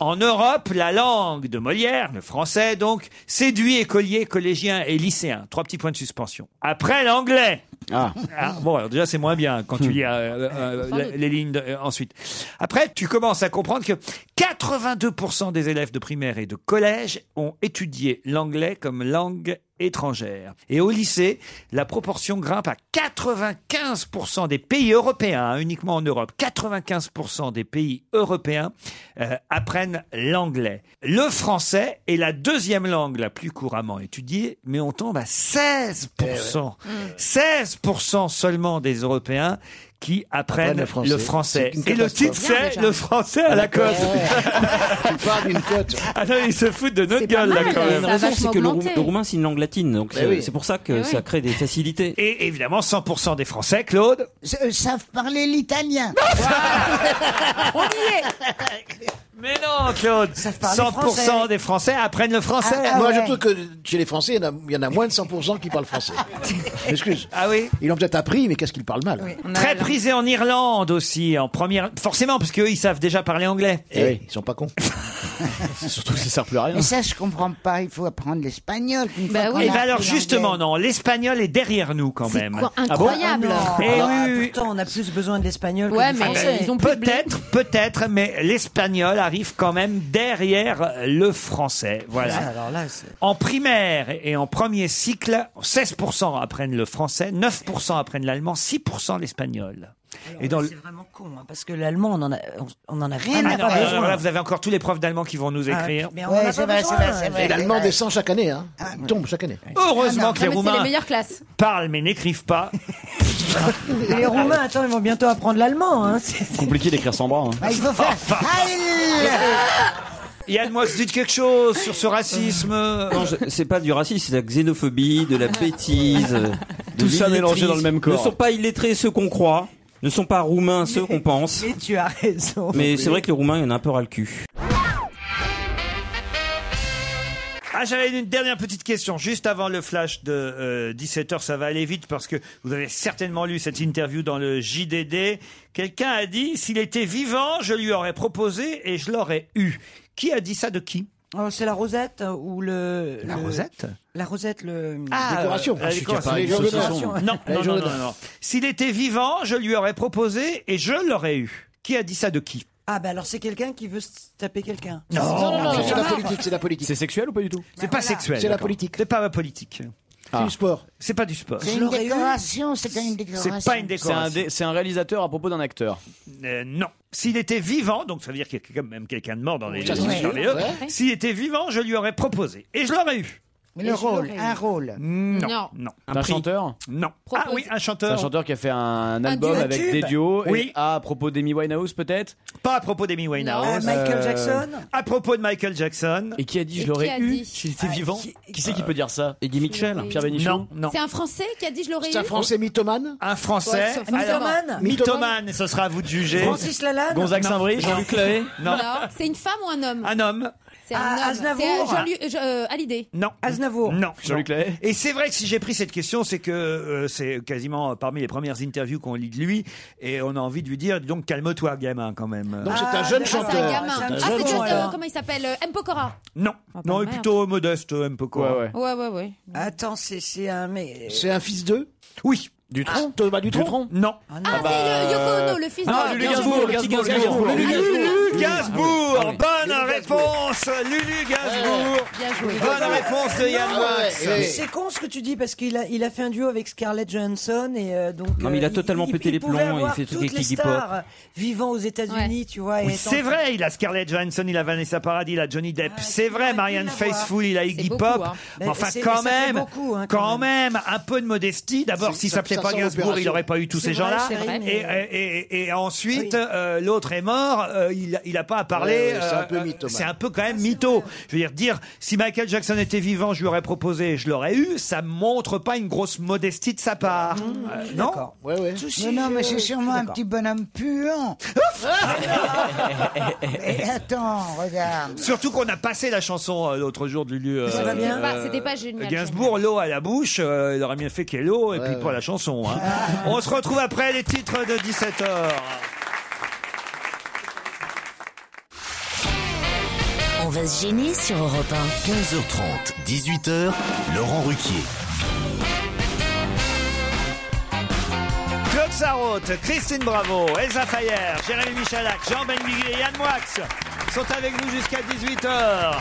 En Europe, la langue de Molière, le français donc, séduit écoliers, collégiens et lycéens. Trois petits points de suspension. Après l'anglais. Ah. Ah, bon, alors déjà c'est moins bien quand tu lis euh, euh, euh, les, les lignes de- euh, ensuite. Après, tu commences à comprendre que 82% des élèves de primaire et de collège ont étudié l'anglais comme langue étrangère. Et au lycée, la proportion grimpe à 95% des pays européens, hein, uniquement en Europe. 95% des pays européens euh, apprennent l'anglais. Le français est la deuxième langue la plus couramment étudiée, mais on tombe à 16%. 16% seulement des Européens qui apprennent le français. C'est une Et le titre, catastrophe. c'est Le français à la côte. Tu parles d'une côte. Ah non, ils se foutent de notre C'est pas gueule, là, mal, quand ça. même. a raison, vachement c'est que le, augmenté. rou- le roumain, c'est une langue latine. Donc, Eh c'est oui. c'est pour ça que Eh ça oui. crée des facilités. Et évidemment, 100% des Français, Claude. Ils savent parler l'italien. <laughs> On y est. Mais non, Claude. parle 100% français. des Français apprennent le français. Ah Moi, ouais. je trouve que chez les Français, il y en a, il y en a moins de 100% qui parlent <laughs> français. Je M'excuse. Ah oui Ils l'ont peut-être appris, mais qu'est-ce qu'ils parlent mal On a Très la- prisé en Irlande aussi, en première. Forcément, parce qu'eux, ils savent déjà parler anglais. Eh oui, <laughs> ils sont pas cons. Surtout, ça sert plus Ah, à rien. Mais ça, je comprends pas. Il faut apprendre l'espagnol. une Bah fois qu'on oui. Et a appris bien Eh ben alors, l'anglais. justement, non, l'espagnol est derrière nous quand C'est même. quoi- bon incroyable. Ah Eh oui, Ah, oui, oui. Pourtant, on a plus besoin de l'espagnol Ouais, que du mais français. ils ont plus de blé. Peut-être, peut-être, mais l'espagnol arrive quand même derrière le français. Voilà. Ah, alors là, c'est- En primaire et en premier cycle, 16% apprennent le français, 9% apprennent l'allemand, 6% l'espagnol. Et dans le... c'est vraiment con, hein, parce que l'allemand, on en a, on, on en a Ah rien non, à alors pas besoin. là, vous avez encore tous les profs d'allemand qui vont nous Ah, écrire. mais on en Ouais, a c'est pas vrai, besoin, c'est vrai, c'est hein. vrai. Et l'allemand Ouais. descend chaque année. Hein. Il tombe chaque année. Heureusement Ah non, Non, mais que les c'est les Roumains meilleures classes. parlent mais n'écrivent pas. Et les Roumains, attends, ils vont bientôt apprendre l'allemand. Hein. C'est- Bah, Ah, Ah, Compliqué d'écrire sans bras. hein. Bah, il faut faire. Heil Yann Moix, dites quelque chose sur ce racisme. Non, je- c'est pas du racisme, c'est de la xénophobie, de la <laughs> bêtise. de Tout ça l'illettrisme. mélangé dans le même corps. Ne sont pas illettrés ceux qu'on croit, <laughs> ne sont pas roumains ceux qu'on pense. Mais tu as Oh, raison. Mais c'est vrai que les roumains, il y en a un peu ras le cul. Ah, j'avais une dernière petite question, juste avant le flash de 17h, ça va aller vite parce que vous avez certainement lu cette interview dans le JDD. Quelqu'un a dit, s'il était vivant, je lui aurais proposé et je l'aurais eu. Qui a dit ça de qui Oh, c'est la rosette euh, ou le. La le- Rosette La rosette, le. Ah, euh, la décoration. Non, non, non, non, non. S'il était vivant, je lui aurais proposé et je l'aurais eu. Qui a dit ça de qui Ah, bah alors c'est quelqu'un qui veut se taper quelqu'un. c'est la politique, c'est la politique. C'est sexuel ou pas du tout C'est pas sexuel. C'est la d'accord. politique. C'est pas ma politique. C'est du sport. C'est pas du sport. C'est une décoration, c'est une C'est décoration. pas une décoration. dé- c'est un réalisateur à propos d'un acteur. Euh, non. S'il était vivant, donc ça veut dire qu'il y a quand même quelqu'un de mort dans les Ça, dans c'est sûr, les œufs. ouais. S'il était vivant, je lui aurais proposé. Et je l'aurais eu. Mais le rôle, un rôle. Non. Non. Non. Un chanteur Non. Ah oui, un C'est chanteur. un chanteur qui a fait un, Ah, Un album duo. Un avec tube. des duos. et- Oui. ah, à propos d'Amy Winehouse, peut-être Pas à propos d'Amy Winehouse. Non. Euh, Michael Jackson À propos de Michael Jackson. Et qui a Et dit je qui a l'aurais eu dit s'il Ah, était vivant Qui, c'est qui peut dire ça Eddie Mitchell Pierre Bénichou Non, non. C'est un Français qui a dit je l'aurais eu. C'est un Français mythomane Ah. Un Français. Ouais, sauf mythomane. Alors, mythomane, ce sera à vous de juger. Francis Lalanne Gonzague Non. Saint-Brieuc Jean-Luc Lahaye Non. Non. C'est une femme ou un homme Un homme. C'est un Ah, homme. Aznavour. C'est, euh, Jean-Luc- euh, je- euh, Hallyday. Non. Aznavour. Non. Jean-Luc Non. Lahaye Et c'est vrai que si j'ai pris cette question, c'est que euh, c'est quasiment parmi les premières interviews qu'on lit de lui, et on a envie de lui dire donc calme-toi, gamin, quand même. Donc c'est un jeune Ah, c'est un chanteur. gamin. Ah, jeune c'est chanteur. un. Comment il s'appelle euh, M. Pokora. Non, pas non, de et merde. plutôt modeste, un peu quoi. Ouais, Ouais, ouais, ouais. Attends, c'est c'est un. Mais... euh, C'est un fils d'eux Oui. Dutron Ah, Thomas Dutron bah, Dutron Non. Ah, c'est le Yoko Ono, le fils Ah, de. Lulu Gainsbourg, le petit Gainsbourg. Lulu Lulu Gainsbourg, Ah oui. bonne réponse, Lulu Gainsbourg. Bien joué. Bonne réponse de Yann Non, Moix. mais C'est con ce que tu dis parce qu'il a, il a fait un duo avec Scarlett Johansson et euh, donc. Non, mais il a totalement pété les pouvait plombs, il avoir fait tout toutes les les Iggy Pop. stars euh, vivant aux États-Unis, tu vois. et Oui, étant- c'est vrai, il a Scarlett Johansson, il a Vanessa Paradis, il a Johnny Depp. Ah, c'est vrai, Marianne l'avoir. Faithfull, il a Iggy beaucoup, Pop. hein. Mais Mais Enfin, c'est- quand ça fait même, beaucoup, hein, quand, quand même. un peu de modestie. D'abord, C'est- s'il ça- s'appelait ça pas sent Gainsbourg, il l'opération. n'aurait pas eu tous C'est ces vrai, gens-là. c'est vrai, Et, mais- et- et- et ensuite, euh, l'autre est mort. euh, il, il a pas à parler. Ouais, ouais, c'est un peu euh, mythomane. c'est un peu Ah, quand même mytho. Je veux dire, dire si Michael Jackson était vivant, je lui aurais proposé, et je l'aurais eu. Ça montre pas une grosse modestie de sa part, Euh, Mmh. non Ouais, ouais. Mais non, mais c'est sûrement un petit bonhomme puant. Mais attends, regarde. Surtout qu'on a passé la chanson euh, l'autre jour du lieu. euh, Ça va bien Bah, c'était pas génial. Gainsbourg, l'eau à la bouche, euh, il aurait bien fait qu'il y ait l'eau et puis pas la chanson. <laughs> hein. On se retrouve après les titres de 17h. On va se gêner sur Europe 15h30, 18h, Laurent Ruquier. Claude Sarraute, Christine Bravo, Elsa Fayer, Jérémy Michalak, Jean Benguigui et Yann Moix sont avec vous jusqu'à 18h.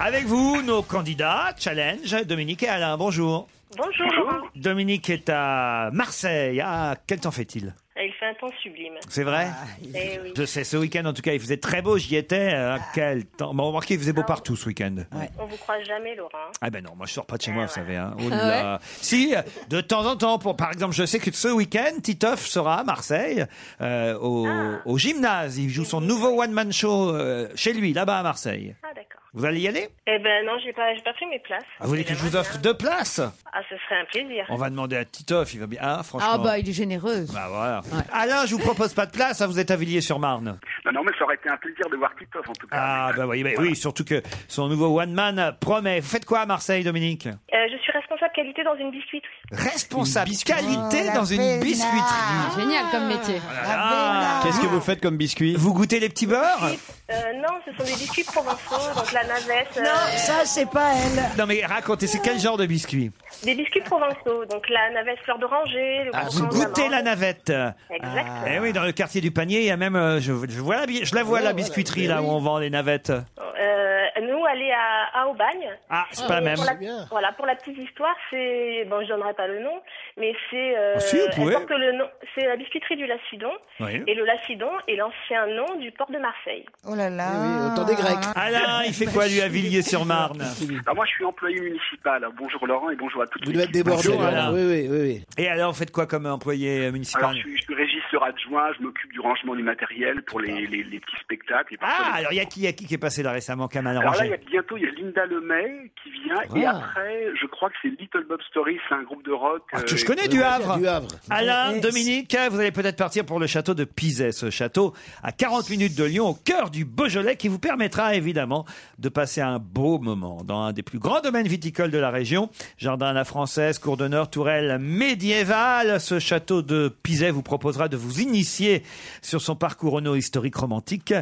Avec vous, nos candidats challenge, Dominique et Alain. Bonjour. Bonjour, Laurent. Dominique est à Marseille. Ah, quel temps fait-il Ah, Il fait un temps sublime. C'est vrai Ah, Ah, Eh oui. Je sais, ce week-end en tout cas, il faisait très beau, j'y étais. euh, Ah. quel temps Bon, remarquez, il faisait beau partout ce week-end. On vous croise jamais, Laurent. Ah ben non, moi je sors pas de Eh chez moi, vous savez. Hein. Oh Ah là. Si, euh, de temps en temps, pour, par exemple, je sais que ce week-end, Titoff sera à Marseille, euh, au, Ah. au gymnase. Il joue son nouveau one-man show euh, chez lui, là-bas à Marseille. Ah, d'accord. Vous allez y aller Eh ben non, j'ai pas, j'ai pas pris mes places. Ah, Vous voulez que je vous offre deux places Ah, ce serait un plaisir. On va demander à Titoff, il va bien. Ah, franchement. Ah, bah, il est généreux. Bah, voilà. Alain, je vous propose pas de place, hein, vous êtes à Villiers-sur-Marne. Bah Non, non, mais ça aurait été un plaisir de voir Titoff en tout cas. Ah bah oui, bah oui, surtout que son nouveau one man promet. Vous faites quoi à Marseille, Dominique Euh, je suis responsable qualité dans une biscuiterie. Responsable qualité Oh, dans la une pena. biscuiterie. Génial comme métier. Ah, Qu'est-ce que vous faites comme biscuit Vous goûtez les petits beurres Euh, non, ce sont des biscuits provençaux, donc la navette. euh, Non, ça c'est pas elle. Non mais racontez, c'est quel genre de biscuit Des biscuits provençaux, donc la navette fleur d'oranger, le Ah, croissant Vous aux goûtez amandes. la navette Exact. Eh oui, dans le quartier du panier, il y a même, euh, je, je vois la, bi- je la vois la biscuiterie là où on vend les navettes. Euh, nous, aller à, à Aubagne. Ah, c'est pas la Et même. pour voilà, pour la petite histoire, c'est. Bon, je donnerai pas le nom, mais c'est. euh, Ah, si, vous elle pouvez. porte le nom. C'est la biscuiterie du Lacidon. Oui. Et le Lacidon est l'ancien nom du port de Marseille. Oh là Oh, là. au temps des Grecs. Ah. Alain, il fait quoi lui à Villiers-sur-Marne Alors, moi, je suis employé municipal. Bonjour Laurent et bonjour à toutes Vous les devez être débordé. Bonjour, Laurent. Alain. Oui, oui, oui, oui. Et alors, vous faites quoi comme employé euh, municipal Alors, je suis, je suis régisseur professeur adjoint, je m'occupe du rangement du matériel pour les, les- les petits spectacles. et parfois Ah, les- alors il y a qui, il y a qui qui est passé là récemment, Kamal Alors là, il y a Ranger bientôt, il y a Linda Lemay qui vient, et Ah. après, je crois que c'est Little Bob Story, c'est un groupe de rock. Ah, que je euh, connais du Havre. Alain, Dominique, vous allez peut-être partir pour le château de Pizet, ce château à 40 minutes de Lyon, au cœur du Beaujolais, qui vous permettra évidemment de passer un beau moment dans un des plus grands domaines viticoles de la région. Jardin à la française, cour d'honneur, tourelle médiévale. Ce château de Pizet vous proposera de vous initier sur son parcours ono historique romantique.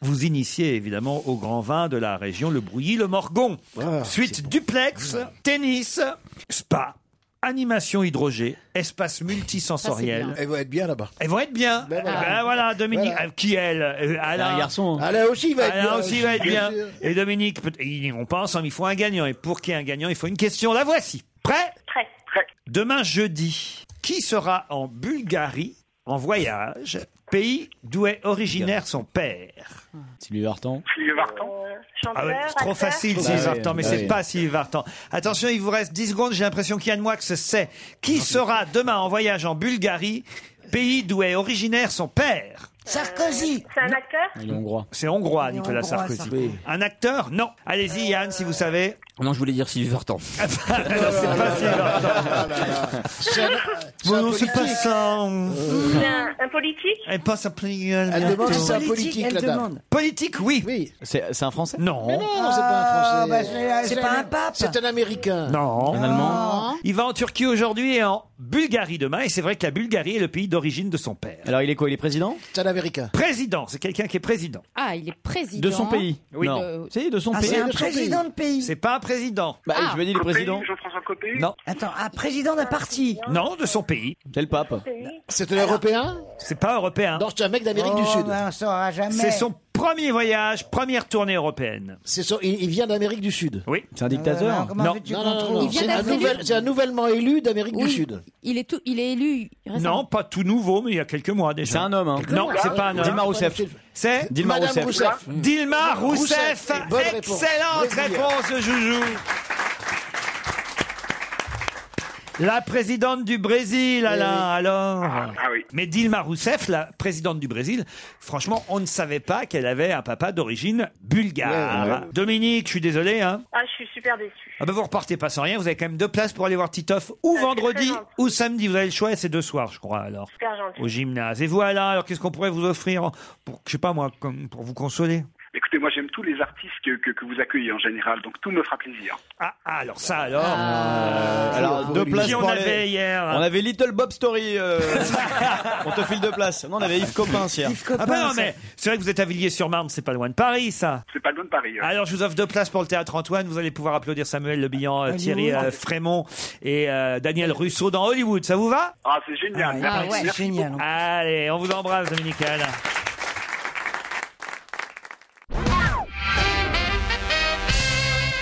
Vous initier évidemment au grand vin de la région, le Brouilly, le Morgon. Suite duplex, tennis, spa. Animation hydrogée, espace Ah, multisensoriel. Elles vont être bien là-bas. Elles vont être bien. Ben voilà. Ah ben voilà, Dominique, Voilà. euh, qui elle Euh, Alain. Alain Garçon. Alain aussi, il va être Alain bien. aussi va être bien. Bien sûr. Et Dominique, peut- ils n'iront pas ensemble, il faut un gagnant. Et pour qu'il y ait un gagnant, il faut une question. La voici. Prêt Prêt. Demain jeudi, qui sera en Bulgarie en voyage, pays d'où est originaire son père Sylvie Vartan. Sylvie Vartan. Ah ouais, c'est trop facile, Bah Sylvie Vartan, mais c'est pas Sylvie Vartan. Attention, il vous reste 10 secondes, j'ai l'impression qu'Yann Moix sait. Qui sera demain en voyage en Bulgarie, pays d'où est originaire son père Sarkozy. C'est un acteur Il est hongrois. C'est hongrois, Il est Nicolas hongrois, Sarkozy. Sarkozy. Un acteur Non. Euh, Allez-y, Yann, si vous savez. Euh, Ah, bah, Non, je voulais dire Sylvie Vartan. Bon, non, c'est pas ça. Un, un politique Elle passe à plein Elle demande si c'est un Politique, politique, elle la dame. demande. Politique, oui. C'est c'est un Français Non. Mais non, c'est pas un bah, Français. c'est- c'est pas un pape. C'est un Américain. Non. Il va en Turquie aujourd'hui et en Bulgarie demain. Et c'est vrai que la Bulgarie est le pays d'origine de son père. Alors il est quoi Il est président C'est un Américain. Président, c'est quelqu'un qui est président. Ah, il est président. De son pays. Oui. Non. De- Si, de son Ah, pays. c'est un De son président pays. de pays. C'est pas un président. Bah, Ah. je me dis le Copé, président. Jean-François Copé Non. Attends, un président d'un parti. Non, de son pays. C'est le pape. C'est un Européen C'est pas européen. Non, c'est un mec d'Amérique du Oh, Sud. ben, on saura jamais. C'est son premier voyage, première tournée européenne. C'est son- il, il vient d'Amérique du Sud. Oui. C'est un Euh, Euh, dictateur Non, Non. non, non, non, Il vient c'est un d'Afrique. nouvel- c'est un nouvellement élu d'Amérique du Oui, Sud. Il est, tout, il est élu récemment. Non, pas tout nouveau, mais il y a quelques mois déjà. C'est un homme, hein. Quelques Non, mois. c'est pas un homme. Dilma Rousseff. C'est Dilma Madame Rousseff. Rousseff. Dilma Rousseff. Rousseff. Bonne réponse. Excellente Brésilienne. réponse, de Joujou. La présidente du Brésil, Alain, alors. Mais Dilma Rousseff, la présidente du Brésil, franchement, on ne savait pas qu'elle avait un papa d'origine bulgare. Ouais, ouais. Dominique, je suis désolé, hein. Ah, je suis super déçue. Ah bah vous repartez pas sans rien, vous avez quand même deux places pour aller voir Titoff ou Ah, c'est très vendredi gentil. ou samedi, vous avez le choix et c'est deux soirs je crois alors. Super gentil. Au gymnase. Et voilà, alors qu'est-ce qu'on pourrait vous offrir pour je sais pas moi comme pour vous consoler Écoutez, moi j'aime tous les artistes que, que, que vous accueillez en général, donc tout me fera plaisir. Ah, ah, alors ça alors. Ah. Euh, alors deux places Qui on pour avait aller- hier On avait Little Bob Story. <laughs> euh, on te file deux places. Non, on avait Yves Copin hier. Ah bah non mais c'est vrai que vous êtes à Villiers-sur-Marne, c'est pas loin de Paris ça. C'est pas loin de Paris. Alors je vous offre deux places pour le théâtre Antoine, vous allez pouvoir applaudir Samuel Le Bihan, euh, Hollywood. Thierry euh, Frémont et euh, Daniel Russo dans Hollywood, ça vous va Ah, c'est génial. Merci. Merci beaucoup. Allez, on vous embrasse Dominique et Alain.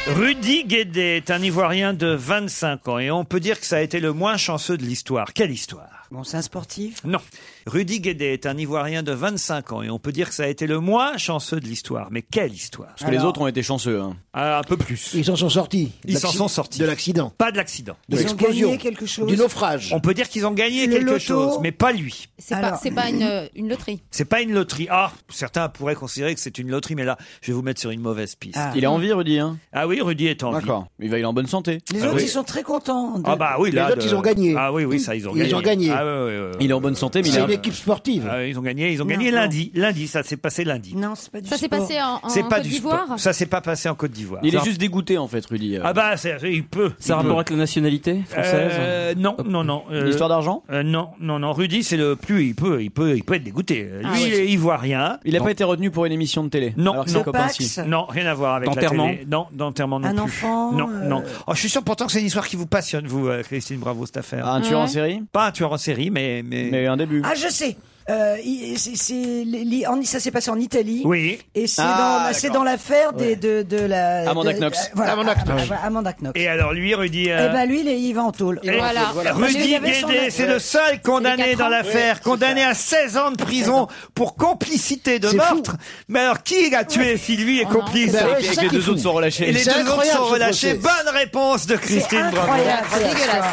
Rudy Guédé est un Ivoirien de 25 ans et on peut dire que ça a été le moins chanceux de l'histoire. Quelle histoire Bon, c'est un sportif Non. Rudy Guédé est un Ivoirien de 25 ans et on peut dire que ça a été le moins chanceux de l'histoire. Mais quelle histoire Parce que les autres ont été chanceux. hein. Ah, Un peu plus. Ils s'en sont sortis. Ils s'en L'acci- sont sortis. De l'accident. Pas de l'accident. De Ils ont l'explosion. gagné quelque chose Du naufrage. On peut dire qu'ils ont gagné Le quelque loto. chose, mais pas lui. C'est pas, c'est pas une, euh, une loterie. C'est pas une loterie. Ah, certains pourraient considérer que c'est une loterie, mais là, je vais vous mettre sur une mauvaise piste. Il a envie, Rudy. Hein. Ah oui, Rudy est en vie. D'accord. Il va, il est en bonne santé. Les Ah autres, oui. ils sont très contents. de- Ah bah oui, là. autres, de- ils ont gagné. Ah oui, oui, ça, ils ont Ils gagné. ont gagné. Ah, ouais, ouais, ouais, ouais. Il est en bonne santé, mais il C'est a- une équipe sportive. Ah, ils ont gagné, ils ont Non, gagné non. lundi. Lundi, ça s'est passé lundi. Non, c'est pas du Ça s'est sport. passé en, en C'est pas Côte du sport. d'Ivoire. Ça s'est pas passé en Côte d'Ivoire. Il Ça- est juste dégoûté en fait, Rudy. Ah bah, c'est- il peut. Ça a Il rapport peut. avec la nationalité française Euh, non, non, non. Une histoire d'argent Euh, Non, non, non. Rudy, c'est le plus. Il peut, il peut, il peut être dégoûté. Euh, Lui, Ah ouais. il est ivoirien. Il n'a Non. pas été retenu pour une émission de télé. Non, alors que non, ses copains, si. non, rien à voir avec D'enterrement la télé. Non, d'enterrement non Un plus. enfant, Non, euh, non. Oh, je suis sûr pourtant que c'est une histoire qui vous passionne, vous, euh, Christine Bravo, cette affaire. Ah, un tueur en Ouais. série Pas un tueur en série, mais mais, un début. Ah, je sais. Euh, il- c'est- c'est- les- les- en- ça s'est passé en Italie. Oui. Et c'est Ah, dans- bah, d'accord. c'est dans l'affaire des- de, de la. Amanda de- Knox. voilà, Amanda Knox. ah, voilà, Amanda Knox. Et alors lui, Rudy. euh, Eh ben lui, il, est, il va en tôle. Et Rudy Guédé, c'est le seul condamné dans l'affaire, condamné à 16 ans de prison pour complicité de C'est fou. meurtre. Mais alors, qui a tué si lui est complice Bah ouais, c'est ça qui est fou. Et les C'est deux autres incroyable, sont ce relâchés. procès. Ah, Bonne réponse de Christine Bravo. incroyable, c'est dégueulasse.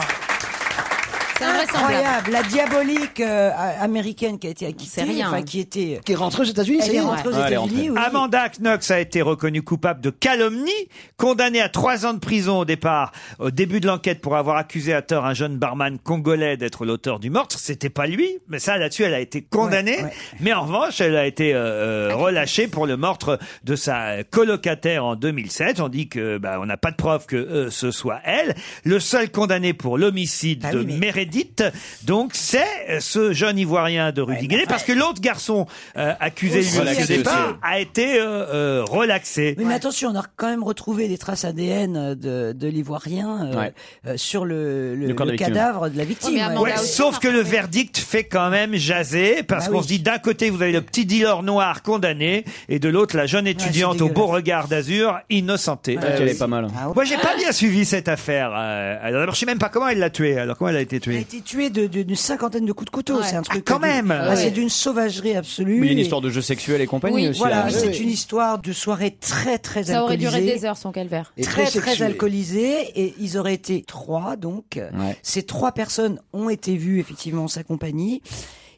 incroyable. La diabolique euh, a- américaine qui a été acquittée, rien. enfin, qui était... euh, Qui est rentrée aux États-Unis, Elle ça y est est. rentrée aux Ouais, elle est États-Unis, oui. Amanda Knox a été reconnue coupable de calomnie, condamnée à trois ans de prison au départ, au début de l'enquête pour avoir accusé à tort un jeune barman congolais d'être l'auteur du meurtre. C'était pas lui, mais ça là-dessus elle a été condamnée. Mais en revanche, elle a été euh, euh, relâchée pour le meurtre de sa colocataire en 2007. On dit que bah, on n'a pas de preuve que euh, ce soit elle. Le seul condamné pour l'homicide de Meredith, donc c'est euh, ce jeune ivoirien de Rudy Gay, parce que l'autre garçon euh, accusé Aussi, lui au accusé départ aussi. a été euh, euh, relaxé. Oui, mais attention, on a quand même retrouvé des traces ADN euh, de, de l'ivoirien euh, Ouais. euh, sur le, le- Le corps le de victime. cadavre de la victime. ouais. Ouais, sauf que le verdict fait quand même jaser parce Bah qu'on oui. se dit d'un côté vous avez le petit dealer noir condamné et de l'autre la jeune étudiante au beau regard d'azur innocentée. Ouais, Ah, elle est pas mal. Moi j'ai pas bien suivi cette affaire. euh, alors d'abord, je sais même pas comment elle l'a tuée. Alors comment elle a été tuée Elle a été tuée de- de- d'une cinquantaine de coups de couteau. Ouais. C'est un truc. Ah, quand de- même Ah, Ouais. C'est d'une sauvagerie absolue. Oui, il y a une Et- histoire de jeu sexuel et compagnie Oui, aussi. hein. voilà, là. c'est une histoire de soirée très très Ça aurait duré alcoolisée. des heures son calvaire. très très alcoolisé et ils auraient été trois donc Ouais. ces trois personnes ont été vues effectivement en sa compagnie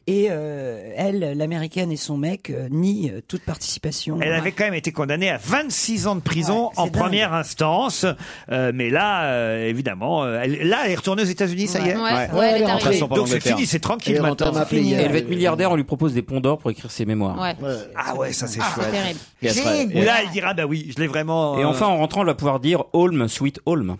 et euh, elle l'américaine et son mec euh, nient euh, toute participation Elle avait quand même été condamnée à 26 ans de prison c'est en dingue. première instance. Euh, mais là, euh, évidemment, euh, elle, là, elle est retournée aux États-Unis, ça y est. Ouais. Ouais, Ouais, elle est rentrée. arrivée. Donc c'est fini, c'est tranquille maintenant. Et elle va être milliardaire, on lui propose des ponts d'or pour écrire ses mémoires. Ah ouais, ça c'est Ah, chouette. c'est terrible. Et elle sera- Génial. Là, elle dira bah oui, je l'ai vraiment. Et euh, enfin, en rentrant, elle va pouvoir dire Holm, sweet Holm.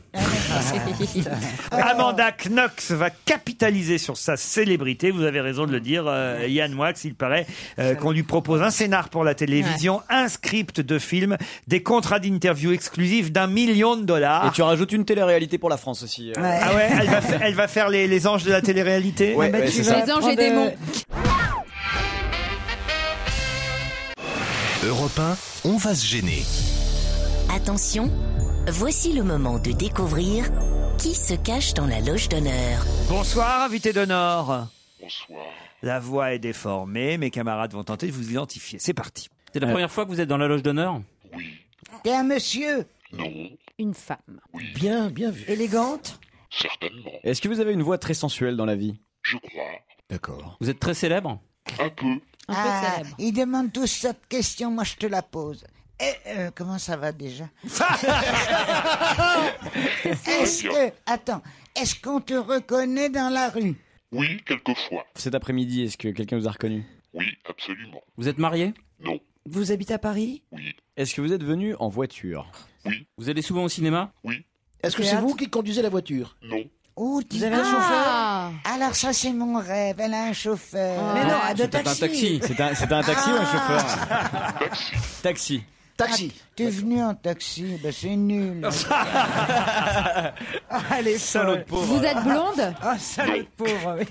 Ah. Amanda Knox va capitaliser sur sa célébrité. Vous avez raison de le dire, euh, Yann Moix. Il paraît euh, qu'on lui propose un scénar pour la télévision, un script de film, des contrats d'interview exclusifs d'un million de dollars. Et tu rajoutes une télé-réalité pour la France aussi. euh. Ah ouais, elle va, fa- elle va faire les, les anges de la télé-réalité. Eh ben, Ouais, Ah bah ouais, tu c'est vas ça. Les anges et démons. Europe 1, on va se gêner. Attention, voici le moment de découvrir qui se cache dans la loge d'honneur. Bonsoir, invité d'honneur. Bonsoir. La voix est déformée. Mes camarades vont tenter de vous identifier. C'est parti. Euh. C'est la première fois que vous êtes dans la loge d'honneur T'es un monsieur Une femme. Bien, bien vu. Élégante Certainement. Est-ce que vous avez une voix très sensuelle dans la vie Je crois. D'accord. Vous êtes très célèbre Un peu. Ah, ils demandent tous cette question, moi je te la pose. Eh, euh, comment ça <laughs> va déjà Est-ce que, attends, est-ce qu'on te reconnaît dans la rue Oui, quelquefois. Cet après-midi, est-ce que quelqu'un vous a reconnu Oui, absolument. Vous êtes marié Non. vous habitez à Paris Est-ce que vous êtes venu en voiture Oui. Vous allez souvent au cinéma Oui. Est-ce que c'est vous qui conduisez la voiture Non. Oh, tu Vous avez un chauffeur Alors ça c'est mon rêve, elle a un chauffeur. Ah. Ah. Mais non, de C'est Ah. un taxi. C'est un, c'est un taxi ou Ah. un chauffeur Taxi. Taxi. Ah, T'es venu en taxi, ben c'est <laughs> nul. Ah, Allez, Salaud pauvre. pauvre. Vous êtes blonde Ah, salaud de pauvre, oui.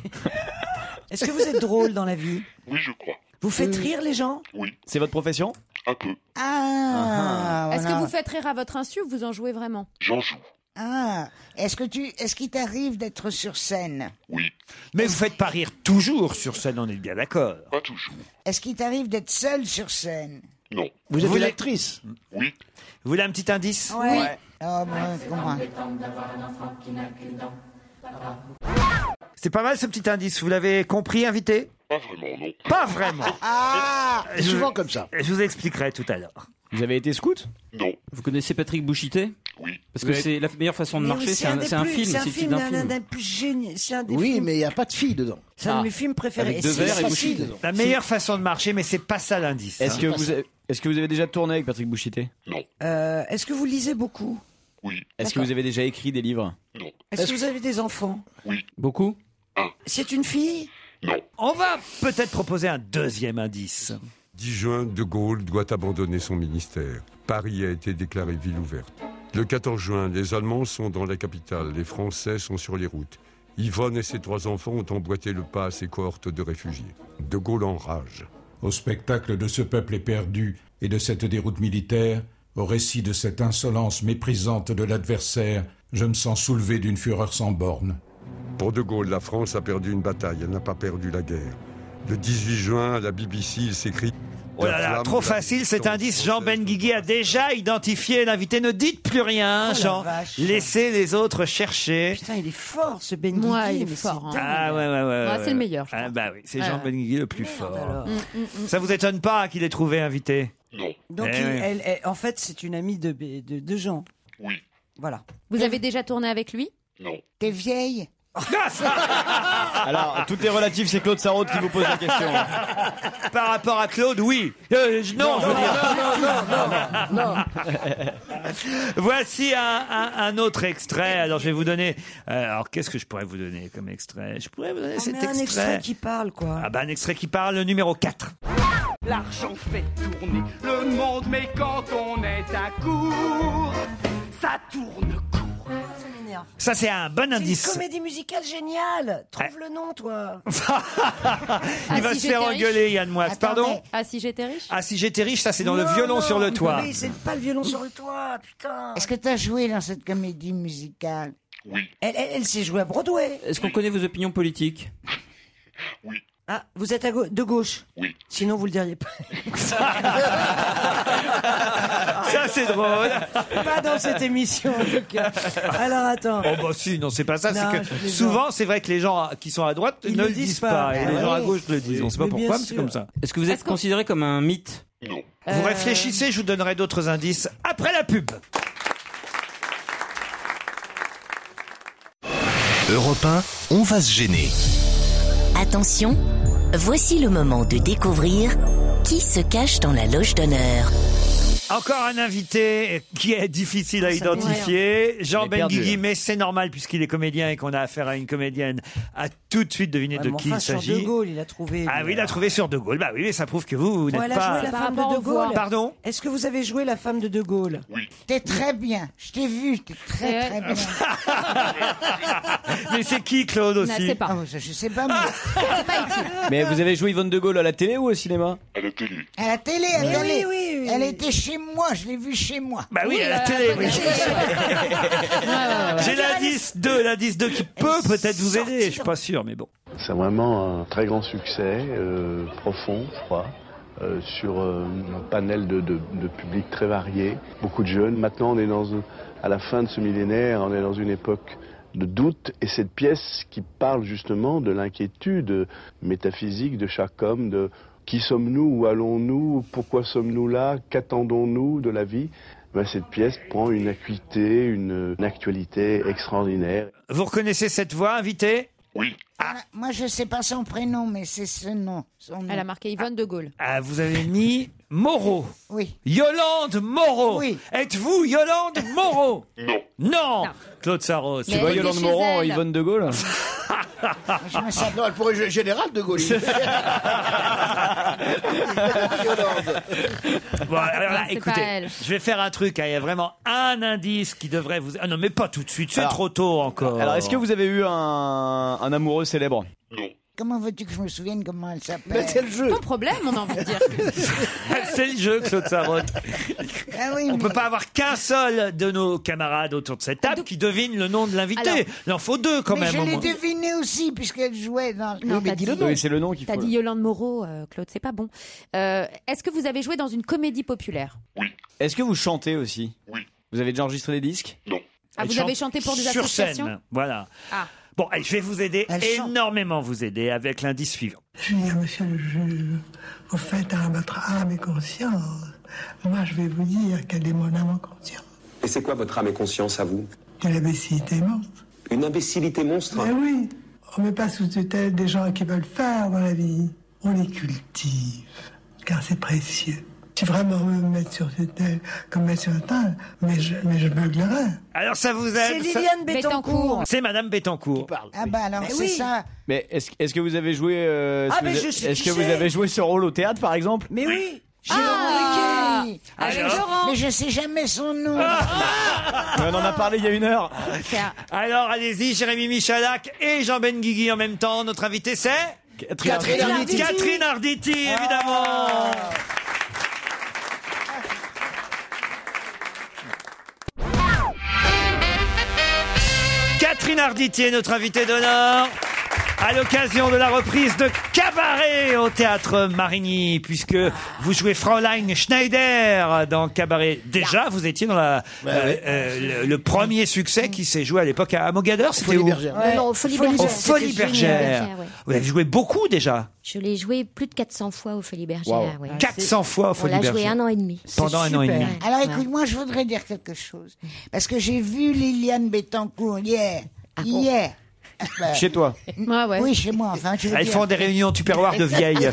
Est-ce que vous êtes drôle dans la vie Oui, je crois. Vous faites rire les gens Oui. Euh, C'est votre profession Un peu. Ah, Est-ce que voilà. vous faites rire à votre insu ou vous en jouez vraiment J'en joue. Ah, est-ce que tu, est-ce qu'il t'arrive d'être sur scène Mais vous faites pas rire toujours sur scène, on est bien d'accord. Pas toujours. Est-ce qu'il t'arrive d'être seul sur scène Non. Vous êtes une l'actrice Oui. Vous voulez un petit indice Ah, bon, comment C'est pas mal ce petit indice, vous l'avez compris, invité Pas vraiment, non. <laughs> Pas vraiment. Ah Je- souvent comme ça. Je vous expliquerai tout à l'heure. Vous avez été scout Non. Vous connaissez Patrick Bouchité Oui. Parce que Vous avez- c'est la meilleure façon de Mais marcher, oui, c'est un, des c'est un plus- film, c'est c'est le un titre film, d'un d'un- film. d'un plus génial. C'est un des Oui, films- mais il n'y a pas de fille dedans. C'est un de mes films préférés. Avec deux Et c'est verres et facile. bouchées dedans. La meilleure façon de marcher, mais c'est pas ça l'indice. Est-ce hein. que, vous avez- est-ce que vous avez déjà tourné avec Patrick Bouchité Non. Euh, Est-ce que vous lisez beaucoup Oui. Est-ce que vous avez déjà écrit des livres Non. Est-ce que vous avez des enfants Beaucoup C'est une fille On va peut-être proposer un deuxième indice. 10 juin, De Gaulle doit abandonner son ministère. Paris a été déclarée ville ouverte. Le 14 juin, les Allemands sont dans la capitale, les Français sont sur les routes. Yvonne et ses trois enfants ont emboîté le pas à ses cohortes de réfugiés. De Gaulle enrage. au spectacle de ce peuple éperdu et de cette déroute militaire, au récit de cette insolence méprisante de l'adversaire, je me sens soulevé d'une fureur sans borne. Pour De Gaulle, la France a perdu une bataille, elle n'a pas perdu la guerre. Le 18 juin, à la BBC, il s'écrit Oh là là, trop facile, cet indice. Jean Benguigui a déjà identifié l'invité. Ne dites plus rien, Oh la Jean. vache. Laissez les autres chercher. Putain, il est fort ce Ben Moi, Guigui, il est mais fort, c'est hein. dingue. Ah ouais, ouais, ouais. Ouais, ouais, c'est le ouais. meilleur, je Ah bah oui, c'est Ouais. Jean Benguigui le plus fort. Mm, mm, mm. Ça vous étonne pas qu'il ait trouvé invité Non. Donc, Eh il- oui. elle, elle- en fait, c'est une amie de, B- de, de Jean. Oui. Voilà. Vous avez déjà tourné avec lui Ah, Non. T'es vieille Alors, tout est relatif, c'est Claude Sarraute qui vous pose la question. <laughs> Par rapport à Claude, oui. Euh, je- non, je veux dire. <laughs> Voici un, un- un autre extrait. Alors, je vais vous donner. euh, alors, qu'est-ce que je pourrais vous donner comme extrait Je pourrais vous donner On cet met Ah, un extrait qui parle, quoi. Ah bah, un extrait qui parle, le numéro 4. L'argent fait tourner le monde, mais quand on est à court, ça tourne court. Ça m'énerve. Ça, c'est un bon C'est indice. une comédie musicale géniale. Trouve Ouais. le nom, <laughs> toi. Ah, Il Ah, va se faire engueuler, Yann Moix. Pardon Ah, si j'étais riche Ah, si j'étais riche, ça, c'est dans le Non, violon non, sur le toit. Oui, c'est pas le violon sur le toit, putain. Est-ce que t'as joué dans cette comédie musicale Elle, elle, elle s'est jouée à Broadway. Est-ce qu'on connaît vos opinions politiques Ah, vous êtes à gau- de gauche Oui. Sinon, vous le diriez pas. Ça, c'est drôle. ah. pas <laughs> dans cette émission, en tout cas. Alors, attends. Oh bah si, non, c'est pas ça. Non, C'est je que plaisante. souvent, c'est vrai que les gens qui sont à droite Ils ne le le disent disent pas. pas. Et Ah les gens à oui. gauche le disent. On sait pas Mais bien pourquoi, mais c'est sûr. Euh. comme ça. Est-ce que vous êtes considéré comme un mythe Non. Vous réfléchissez, je vous donnerai d'autres indices après la pub. Europe 1, on va se gêner. Attention, voici le moment de découvrir qui se cache dans la loge d'honneur. Encore un invité qui est difficile à Ça identifier. Jean est perdu, Benguigui, hein. mais c'est normal puisqu'il est comédien et qu'on a affaire à une comédienne. À tout de suite deviner Ouais, de mais qui enfin, il sur s'agit. De Gaulle, il a trouvé. Ah oui, il a trouvé sur De Gaulle. Bah oui, mais ça prouve que vous, vous Bon, n'êtes elle a pas. joué la <laughs> Par femme rapport de De aux voix. Gaulle. Pardon Est-ce que vous avez joué la femme de De Gaulle Oui. T'es très bien. Je t'ai vu, t'es très Eh Euh, très bien. Mais c'est qui, Claude Non, aussi c'est pas. Ah, je, je sais pas, mais Mais vous avez joué Yvonne de Gaulle à la télé ou au cinéma À la télé. à la télé, à la Mais télé. oui, oui, oui. Elle était chez moi, je l'ai vue chez moi. Bah oui, à la télé, oui. J'ai l'indice 2, l'indice 2 qui peut peut-être vous aider, je suis pas sûr, mais bon. C'est vraiment un très grand succès, euh, profond, je crois, euh, sur euh, un panel de, de, de publics très variés, beaucoup de jeunes. Maintenant, on est dans, un- à la fin de ce millénaire, on est dans une époque de doute, et cette pièce qui parle justement de l'inquiétude métaphysique de chaque homme, de qui sommes-nous, où allons-nous, pourquoi sommes-nous là, qu'attendons-nous de la vie, ben, cette pièce prend une acuité, une- une actualité extraordinaire. Vous reconnaissez cette voix, invité Ah, Oui. Moi, je sais pas son prénom, mais c'est ce nom. son nom. Elle a marqué Yvonne de Gaulle. Ah, vous avez mis Moreau. Oui. Yolande Moreau. Êtes-vous Yolande Moreau <laughs> Non. Non. Claude Sarros. Tu vois Yolande Moron, Yvonne de Gaulle non, elle pourrait jouer général <laughs> de Gaulle. <laughs> Bon, alors là, Non, c'est écoutez, pas elle. je vais faire un truc. hein, Il y a vraiment un indice qui devrait vous. Ah non, mais pas tout de suite. C'est Alors- trop tôt encore. Alors, est-ce que vous avez eu un, un amoureux célèbre Comment veux-tu que je me souvienne comment elle s'appelle Mais c'est le jeu. Ton problème, on a envie de dire. <laughs> C'est le jeu, <laughs> Claude Sarraute. <laughs> Ah oui, On mais- peut pas avoir qu'un seul de nos camarades autour de cette table qui devine le nom de l'invité. Il en faut deux <laughs> quand mais même. je au l'ai moins. deviné aussi, puisqu'elle jouait dans... Non, t'as dit- nom T'as dit Yolande Moreau, euh, Claude, c'est pas bon. Euh, Est-ce que vous avez joué dans une comédie populaire Est-ce que vous chantez aussi Oui. Vous avez déjà enregistré des disques Non. Ah, vous avez chanté pour des Sur associations scène, voilà. Ah. Bon, allez, je vais vous aider, énormément vous aider avec l'indice suivant. J'ai l'impression que je vous faites à votre âme et conscience. Moi, je vais vous dire quelle est mon âme et conscience. Et c'est quoi votre âme et conscience à vous De l'imbécilité monstre. Une imbécilité monstre Mais oui, on met pas sous tutelle des gens qui veulent faire dans la vie. On les cultive, car c'est précieux. Si vraiment on me mettre sur tutelle comme mettre sur tutelle, mais je, mais je beuglerais. Alors ça vous aide C'est ça- Liliane Bettencourt. C'est Madame Bettencourt. Ah bah alors, c'est oui. ça. Mais est-ce est-ce que vous avez joué euh, est-ce Ah, que mais vous je avez- sais Est-ce qui que vous c'est. avez joué ce rôle au théâtre par exemple Mais oui. Ah, Ah, Avec Gérard. Laurent. Mais je sais jamais son nom. Mais on en a parlé il y a une heure. Alors allez-y, Jérémy Michalak et Jean Benguigui en même temps. Notre invité c'est Catherine Catherine Arditi. Arditi. Catherine Arditi, évidemment. Catherine Arditi est notre invitée d'honneur. à l'occasion de la reprise de Cabaret au théâtre Marigny, puisque vous jouez Fraulein Schneider dans Cabaret. Déjà, vous étiez dans la, euh, euh, le, le premier succès qui s'est joué à l'époque à Mogador, c'était où Non, <laughs> non, Folie Au Bergère. Folie C'était Bergère. Folie Bergère, ouais. Vous avez joué beaucoup déjà. Je l'ai joué plus de 400 fois au Folie Bergère. Wow. ouais. 400 fois au Folies On l'a joué Bergère. un an et demi. Pendant un an et demi. Alors écoute-moi, je voudrais dire quelque chose. Parce que j'ai vu Liliane Bettencourt hier. Ah hier. Ben, Chez toi. Oui, chez moi, enfin. Je veux Elles dire. font des réunions tupperware <laughs> de vieilles.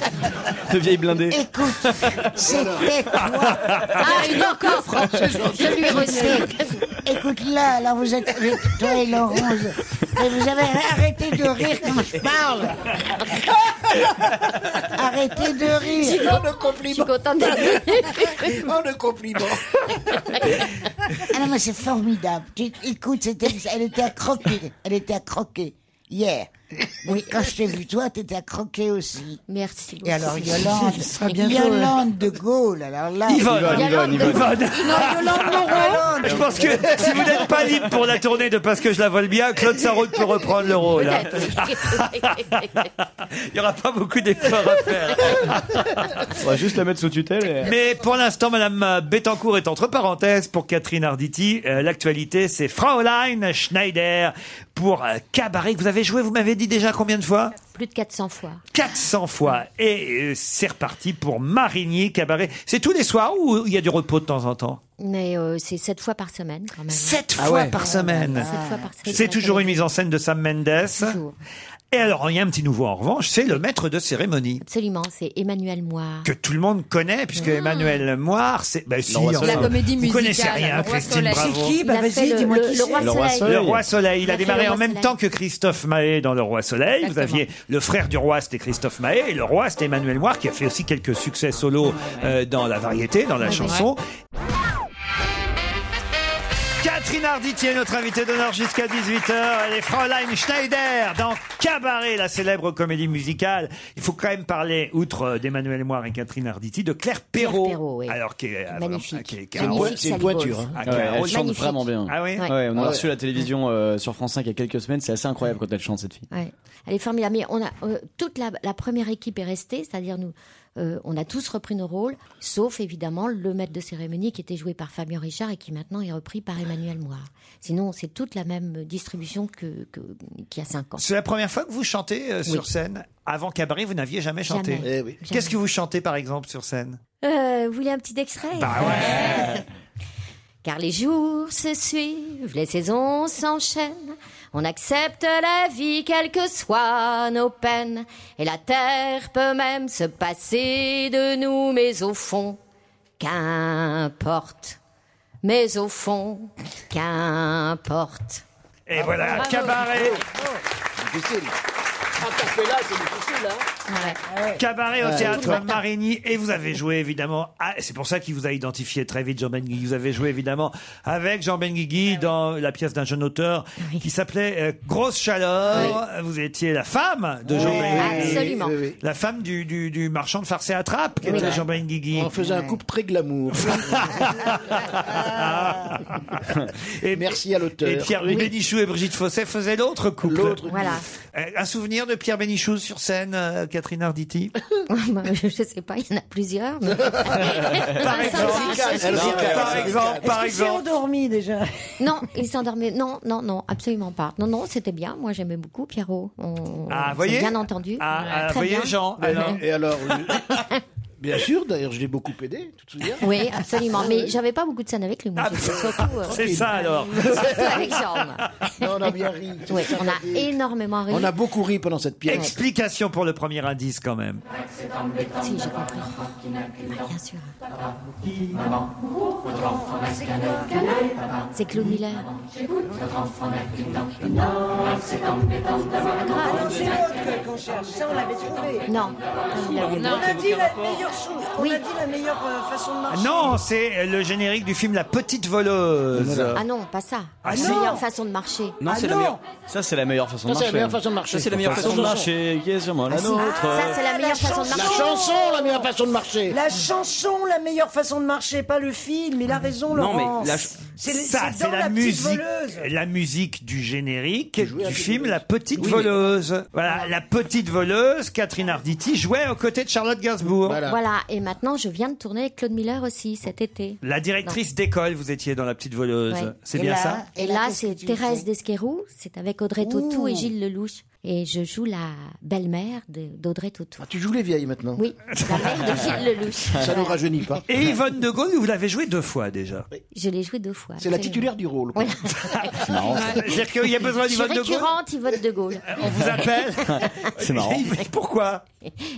de vieilles blindées. Écoute, c'était quoi Ah, il est encore Je lui recèle. Écoute, là, alors vous êtes avec toi et Laurent. Et vous avez arrêté de rire quand je <laughs> parle. Arrêtez de rire. Oh, le compliment. Je suis contente d'être Oh, le compliment. Ah non, mais c'est formidable. Tu- écoute, c'était, elle était à croquer. Elle était à croquer. Hier. Oui, quand je t'ai vu, toi, t'étais à croquer aussi. Merci beaucoup. Et alors, Yolande, Ce sera bientôt, Yolande de Gaulle, alors là. Bah, Yvonne, Yvonne, Yvonne. Yolande Je pense que si vous n'êtes <laughs> pas libre pour la tournée de Parce que je la vole bien, Claude Sarraute peut reprendre le Ah. rôle. hein. <laughs> Il n'y aura pas beaucoup d'efforts à faire. On va juste la mettre sous tutelle. et- <laughs> Mais pour l'instant, Madame Bettencourt est entre parenthèses pour Catherine Arditi. Euh, L'actualité, c'est Fraulein Schneider pour euh, Cabaret que vous avez joué, vous m'avez dit déjà combien de fois Plus de 400 fois. 400 fois. Et euh, c'est reparti pour Marigny Cabaret. C'est tous les soirs ou il y a du repos de temps en temps Mais euh, c'est 7 fois par semaine quand même. 7 fois par semaine. Sept fois Ah par semaine. C'est toujours une mise en scène de Sam Mendes. Et alors, il y a un petit nouveau en revanche, c'est le maître de cérémonie. Absolument, c'est Emmanuel Moir. que tout le monde connaît, puisque Emmanuel Moir, c'est... Ben, si, Roi enfin, Soleil. Ah. La comédie vous musicale, connaissez Le rien, Roi Christine Soleil. Bravo. C'est qui Bah, Ben, Il a vas-y, fait le- dis-moi le- qui le c'est. Roi Le Roi Soleil. Soleil. Le Roi Soleil. Il Il a a fait démarré le en Roi même Soleil. temps que Christophe Maé dans Le Roi Soleil. Vous Exactement. aviez le frère du roi, c'était Christophe Maé, et le roi, c'était Emmanuel Moir, qui a fait aussi quelques succès solo euh, dans la variété, dans la Ouais, chanson. Catherine Arditi est notre invitée d'honneur jusqu'à 18h. Elle est Fraulein Schneider dans Cabaret, la célèbre comédie musicale. Il faut quand même parler, outre euh, d'Emmanuel Moir et Catherine Arditi, de Claire Perrault. Alors, qui est, euh, Magnifique. qui est- qui est un Magnifique, rôle- C'est une pointure, hein. Ah, qui Ouais, a un elle rôle- chante Magnifique. vraiment bien. Ah oui Ouais. ouais, On a Ah ouais. reçu la télévision euh, sur France 5 il y a quelques semaines. C'est assez incroyable quand elle chante cette fille. Ouais. Elle est formidable. Mais on a, euh, toute la, la première équipe est restée, c'est-à-dire nous, euh, on a tous repris nos rôles, sauf évidemment le maître de cérémonie qui était joué par Fabien Richard et qui maintenant est repris par Emmanuel Moir. Sinon, c'est toute la même distribution que, que- qu'il y a 5 ans. C'est la première fois que vous chantez euh, sur Oui. scène. Avant Cabaret, vous n'aviez jamais chanté. Jamais. Eh oui. Qu'est-ce que vous chantez, par exemple, sur scène Euh, vous voulez un petit extrait <laughs> Car les jours se suivent, les saisons s'enchaînent. On accepte la vie, quelles que soient nos peines. Et la terre peut même se passer de nous, mais au fond, qu'importe. Mais au fond, qu'importe. Et voilà, Cabaret Oh, Difficile. là, c'est difficile, hein Cabaret au Ouais. Tout théâtre le matin. Marigny et vous avez joué évidemment à- c'est pour ça qu'il vous a identifié très vite Jean Benguigui vous avez joué évidemment avec Jean Ah Benguigui dans la pièce d'un jeune auteur qui s'appelait euh, Grosse chaleur vous étiez la femme de Ah Jean Oui, Benguigui absolument. Oui, oui. la femme du, du, du marchand de farce et attrape qui Oui. était Jean Benguigui On faisait un couple très glamour. Ah. <laughs> et Merci à l'auteur. et Pierre Oui. Bénichou et Brigitte Fosset faisaient l'autre couple. L'autre couple. Voilà. Euh, Un souvenir de Pierre Bénichou sur scène, euh, Catherine Arditi je sais pas, il y en a <laughs> plusieurs. mais- Par exemple, par exemple, par exemple. endormi déjà Non, il s'endormait. Non, non, non, absolument pas. Non, non, c'était bien. Moi, j'aimais beaucoup Pierrot. On, Ah, on voyez s'est Oh, bien entendu. Ah, Voilà, ah, très voyez, bien. Jean, Ouais. alors Et alors <laughs> le- Bien sûr, d'ailleurs, je l'ai beaucoup aidé, tu te souviens Oui, absolument. Mais j'avais pas beaucoup de scènes avec lui. Moi, J'étais surtout, euh, <laughs> c'est ça, alors. Surtout avec Jean. <laughs> Non, on a bien ri. Oui, on a énormément ri. On a beaucoup ri pendant cette pièce. Explication pour le premier indice quand même. Si, j'ai compris. Ah, bien sûr. C'est Claude Miller. Ah, C'est l'autre qu'on cherche. Ça, on l'avait trouvé. Non. On a dit la meilleure. meilleure sou- on a dit la meilleure euh, façon de Ah marcher. Non, c'est le générique du film La Petite Voleuse. Ah non, pas ça. Ah la non. meilleure façon de marcher. Ah Non, c'est la meilleure. Ça, c'est la meilleure façon de Ça, marcher. hein. c'est la meilleure façon de marcher. Ça, c'est la meilleure façon de marcher. Yes, moi, la Ah, si. nôtre. Ah, ça, c'est la meilleure façon de La marcher. chanson, <laughs> la meilleure façon de marcher. La chanson, la meilleure façon de marcher, pas le film. Il a raison, Non, mais Laurence. la- C'est le- ça, c'est c'est dans la, la, petite musique, voleuse. la musique du générique à la du film voleuse. La Petite Oui, mais- Voleuse. Voilà, La Petite Voleuse, Catherine Arditi jouait aux côtés de Charlotte Gainsbourg. Voilà. Et maintenant, je viens de tourner avec Claude Miller aussi cet été. La directrice d'école, vous étiez dans La Petite Voleuse. Ouais. C'est Et bien là- ça Et là, là, qu'est-ce c'est que tu Thérèse fais Desquerou. C'est avec Audrey Ouh. Tautou et Gilles Lelouch. Et je joue la belle-mère de- d'Audrey Tautou. Ah, Tu joues les vieilles maintenant Oui, bah, la mère de Gilles <laughs> Lelouch. Ça ne rajeunit pas. Et Yvonne de Gaulle, vous l'avez jouée deux fois déjà. Je l'ai joué deux fois. C'est la absolument. titulaire du rôle. Voilà. <laughs> C'est marrant, ça. <laughs> C'est-à-dire qu'il y a besoin d'Yvonne Je de suis Gaulle récurrente, Yvonne <laughs> de Gaulle. <laughs> On vous appelle <laughs> C'est marrant. Pourquoi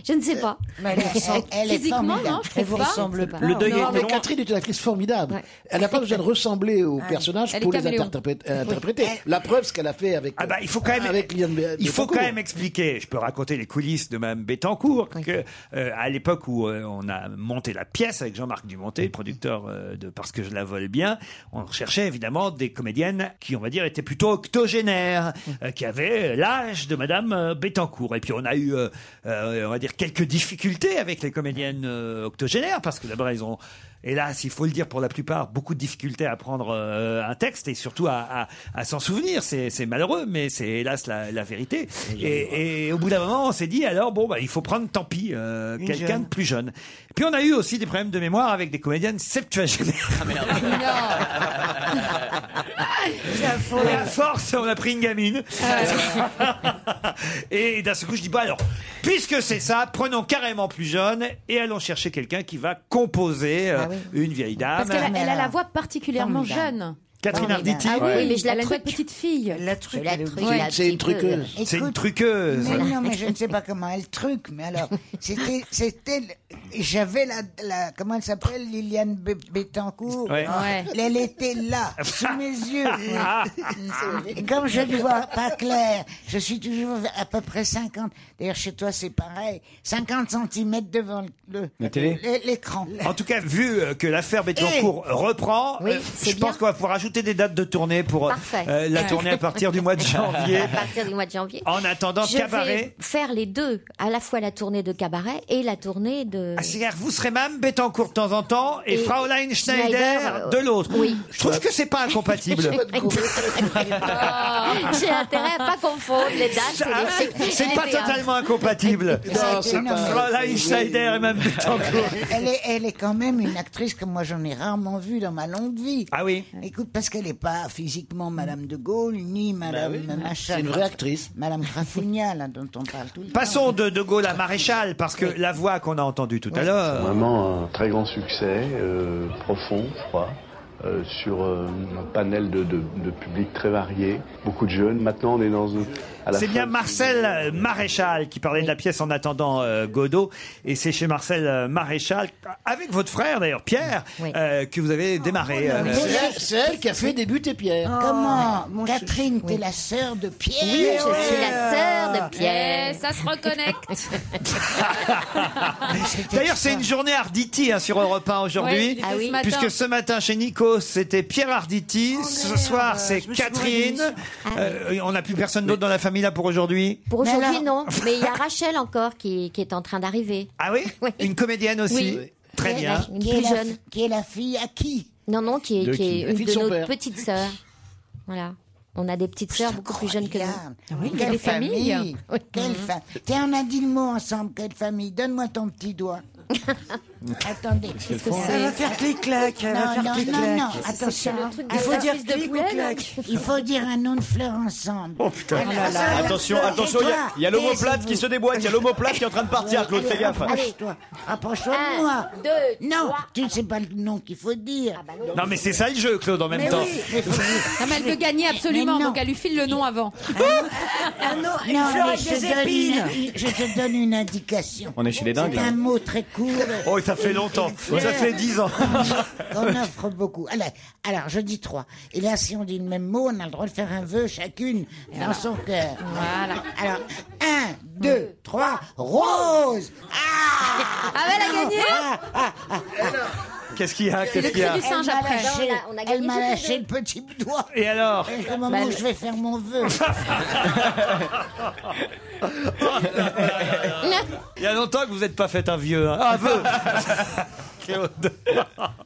Je ne sais pas. Mais elle ressemble- <laughs> elle est Physiquement, formidable. non, je Elle trouve vous pas. ressemble Je sais pas. pas. Le deuil Non, est mais Mais Catherine est une actrice formidable. Elle n'a pas besoin de ressembler aux personnages Elle pour est les caméléon. interpré- Oui. interpréter. La preuve, ce qu'elle a fait Ah avec. bah, il faut quand même. Avec Liane Bé- Il faut quand Bettencourt. même expliquer, je peux raconter les coulisses de Mme Bettencourt, que, euh, à l'époque où euh, on a monté la pièce avec Jean-Marc Dumonté, le producteur euh, de Parce que je la vole bien, on recherchait évidemment des comédiennes qui, on va dire, étaient plutôt octogénaires, euh, qui avaient l'âge de Mme euh, Bettencourt. Et puis on a eu, euh, euh, on va dire, quelques difficultés avec les comédiennes euh, octogénaires, parce que d'abord elles ont... Hélas, il faut le dire pour la plupart, beaucoup de difficultés à prendre euh, un texte et surtout à, à- à s'en souvenir. C'est c'est malheureux, mais c'est hélas la, la vérité. Et, et au bout d'un moment, on s'est dit alors bon, bah, il faut prendre tant pis euh, Une quelqu'un jeune. de plus jeune. Et puis on a eu aussi des problèmes de mémoire avec des comédiennes septuagénaires. Et à force, on a pris une gamine. <laughs> et d'un seul coup, je dis bah alors, puisque c'est ça, prenons carrément plus jeune et allons chercher quelqu'un qui va composer euh, une vieille dame. Parce qu'elle a, elle a la voix particulièrement Formidable. jeune. Catherine Arditi. Ah oui, Ouais. mais je la truc. petite fille. La truc, la elle est truc, obligée. la C'est une petite truqueuse. C'est une Écoute, truqueuse. Mais non, mais je ne sais pas comment elle truc, mais alors, c'était, c'était, le- j'avais la, la, comment elle s'appelle, Liliane Bé- Bettencourt. Ouais. Ouais. Elle était là, sous <laughs> mes <laughs> yeux. Et comme je ne vois pas clair, je suis toujours à peu près 50. D'ailleurs, chez toi, c'est pareil. 50 cm devant le, La télé le- l'écran. En tout cas, vu euh, que l'affaire Bettencourt Eh reprend, euh, je pense qu'on va pouvoir ajouter des dates de tournée pour euh, Parfait. euh, la Ouais. tournée à partir du mois de janvier. À partir du mois de janvier. En attendant, je cabaret. vais faire les deux, à la fois la tournée de cabaret et la tournée de. Ah, c'est-à-dire, vous serez même Bettencourt de temps en temps et, Et Fraulein Schneider, Schneider, euh, de l'autre. oui. Je trouve que c'est pas incompatible. <laughs> Oh, J'ai intérêt à pas confondre les dates. Ah, et les- c'est- c'est pas Et, euh, totalement incompatible. Non, c'est pas- Fraulein Schneider et même Bettencourt. Elle est, elle est quand même une actrice que moi j'en ai rarement vue dans ma longue vie. Ah oui Écoute, parce qu'elle n'est pas physiquement Madame de Gaulle, ni Bah Madame oui, machin. c'est une vraie actrice. Madame Crafounia, là, dont on parle tout le Passons de De Gaulle à Maréchal, parce que la voix qu'on a entendue tout à l'heure. Vraiment un très grand succès, euh, profond, je crois, euh, sur euh, un panel de, de, de publics très variés, beaucoup de jeunes. Maintenant, on est dans une- à la C'est fin bien de- Marcel euh, Maréchal qui parlait de la pièce en attendant euh, Godot. Et c'est chez Marcel euh, Maréchal, avec votre frère d'ailleurs, Pierre, euh, que vous avez Oh, démarré. euh, C'est elle- C'est elle qui a fait débuter Pierre. Oh, Comment Catherine, t'es la sœur de Pierre Oui, je suis la sœur de Eh, Pierre. ça se reconnecte. D'ailleurs, c'est une journée Arditi hein, sur Europe 1 Oui, aujourd'hui, il était Ah oui. ce matin. puisque ce matin chez Nico, c'était Pierre Arditi. ce soir, c'est Catherine. Euh, on n'a plus personne d'autre dans la famille là pour aujourd'hui. Pour aujourd'hui, non. Mais il y a Rachel encore qui, qui est en train d'arriver. Ah oui, Une comédienne aussi. Oui. Très Oui, bien. la- Une Qui est plus la- jeune. Qui est la fille à qui Non, non, qui est, De qui qui est La une fille de de son nos père. petites sœurs. Voilà. On a des petites sœurs beaucoup plus jeunes que Ah nous. Oui, Il y a quelle des famille, familles. Quelle fa- Tiens, on a dit le mot ensemble, quelle famille Donne-moi ton petit doigt. Attendez. Qu'est-ce que c'est Elle va faire clic-clac, elle non, va faire non, clic-clac. Non, non, C'est- c'est- c'est attention. le truc Il des faut dire artistes de clic ou poulet, clac. non Il faut dire un nom de fleur ensemble. Oh putain. Alors, Ah, ça, la Attention, fleur, attention, il y a- tais-toi. il y a, l'homoplate qui Taisez-vous. se déboîte, il y a l'homoplate qui est en train de partir, hein, Claude, fais Allez, gaffe. Rapproche-toi. Rapproche-toi de Un, moi. deux, non, trois. tu ne sais pas le nom qu'il faut dire. Non, mais c'est ça le jeu, Claude, en même Mais temps. oui, mais faut dire- Ah, mais elle veut gagner absolument, Mais non. donc elle lui file le nom avant. Ah non, une Non, fleur mais avec je, des donne épines. une- je te donne une indication. On est chez les dingues, C'est là. un mot très court. Oh, ça fait longtemps. Ça fait 10 ans. <laughs> On offre beaucoup. Alors, alors, je dis trois. Et là, si on dit le même mot, on a le droit de faire un vœu chacune dans son cœur. Voilà. Alors, un, deux, trois, rose Ah, bah, elle a gagné ah, Qu'est-ce qu'il y a Qu'est-ce Ah, qu'il y a Elle m'a après. lâché, Non, on a- on a Elle gagné m'a toutes les lâché deux. le petit doigt. Et alors Et le moment Bah, où le- je vais faire mon <laughs> vœu. Il y a longtemps que vous n'êtes pas fait un vieux. hein. <laughs> Ah, vœu Claude.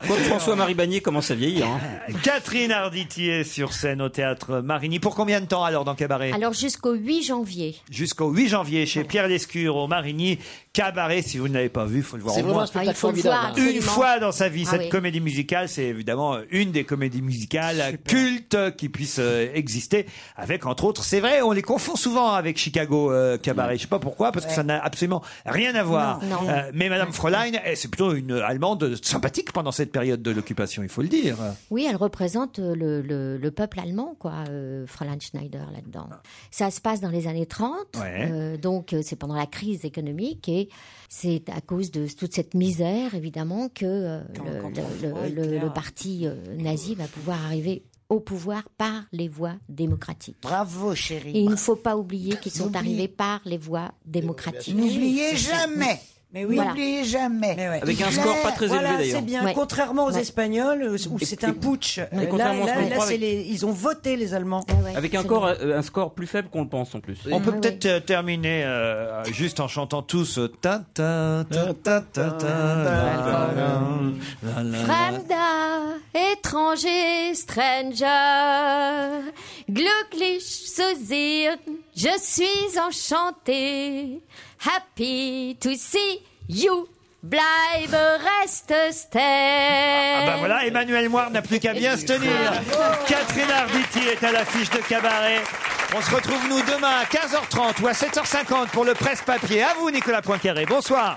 Quoique François-Marie Bagné commence à vieillir. hein. Catherine Arditi est sur scène au théâtre Marigny. Pour combien de temps alors dans Cabaret Alors jusqu'au 8 janvier. Jusqu'au 8 janvier chez Pierre Lescure au Marigny. Cabaret, si vous ne l'avez pas vu, il faut le voir C'est au vraiment moins un spectacle Ah, il faut le formidable, voir, hein. une absolument. fois dans sa vie. Ah Cette oui. comédie musicale, c'est évidemment une des comédies musicales cultes qui puissent euh, exister avec, entre autres, c'est vrai, on les confond souvent avec Chicago euh, Cabaret. Je sais pas pourquoi, parce que ça n'a absolument rien à voir. Euh, Non, non. mais Madame Fräulein, eh, c'est plutôt une Allemande euh, sympathique pendant cette période de l'occupation, il faut le dire. Oui, elle représente euh, le, le- le peuple allemand, quoi, euh, Fräulein Schneider là-dedans. Ça se passe dans les années 30, Ouais. euh, donc euh, c'est pendant la crise économique et c'est à cause de toute cette misère, évidemment, que euh, le, le- le- le- le parti euh, nazi va pouvoir arriver au pouvoir par les voies démocratiques. Bravo, chérie. Et il ne faut pas oublier qu'ils sont N'oubliez- arrivés par les voies démocratiques. N'oubliez jamais. Mais oui. N'oubliez jamais. Avec un score pas très voilà, élevé, d'ailleurs. c'est bien. Ouais. Contrairement aux Ouais. Espagnols, euh, où c'est un putsch. euh, Là, contrairement à ce là- qu'on là, croit c'est avec- les- ils ont voté les Allemands. Avec un, corps, euh, un score plus faible qu'on le pense en plus. On peut peut-être euh, terminer euh, juste en chantant tous euh, Tintin, tintin, tintin, la, la, la, la, la. Fremda, étranger, stranger, glücklich zu sehen, je suis enchantée, happy to see you, bleibe, reste stay. Ah bah voilà, Emmanuel Moir n'a plus qu'à bien se tenir. Catherine Arditi est à l'affiche de Cabaret. On se retrouve nous demain à 15h30 ou à 7h50 pour le presse-papier. À vous Nicolas Poincaré. Bonsoir.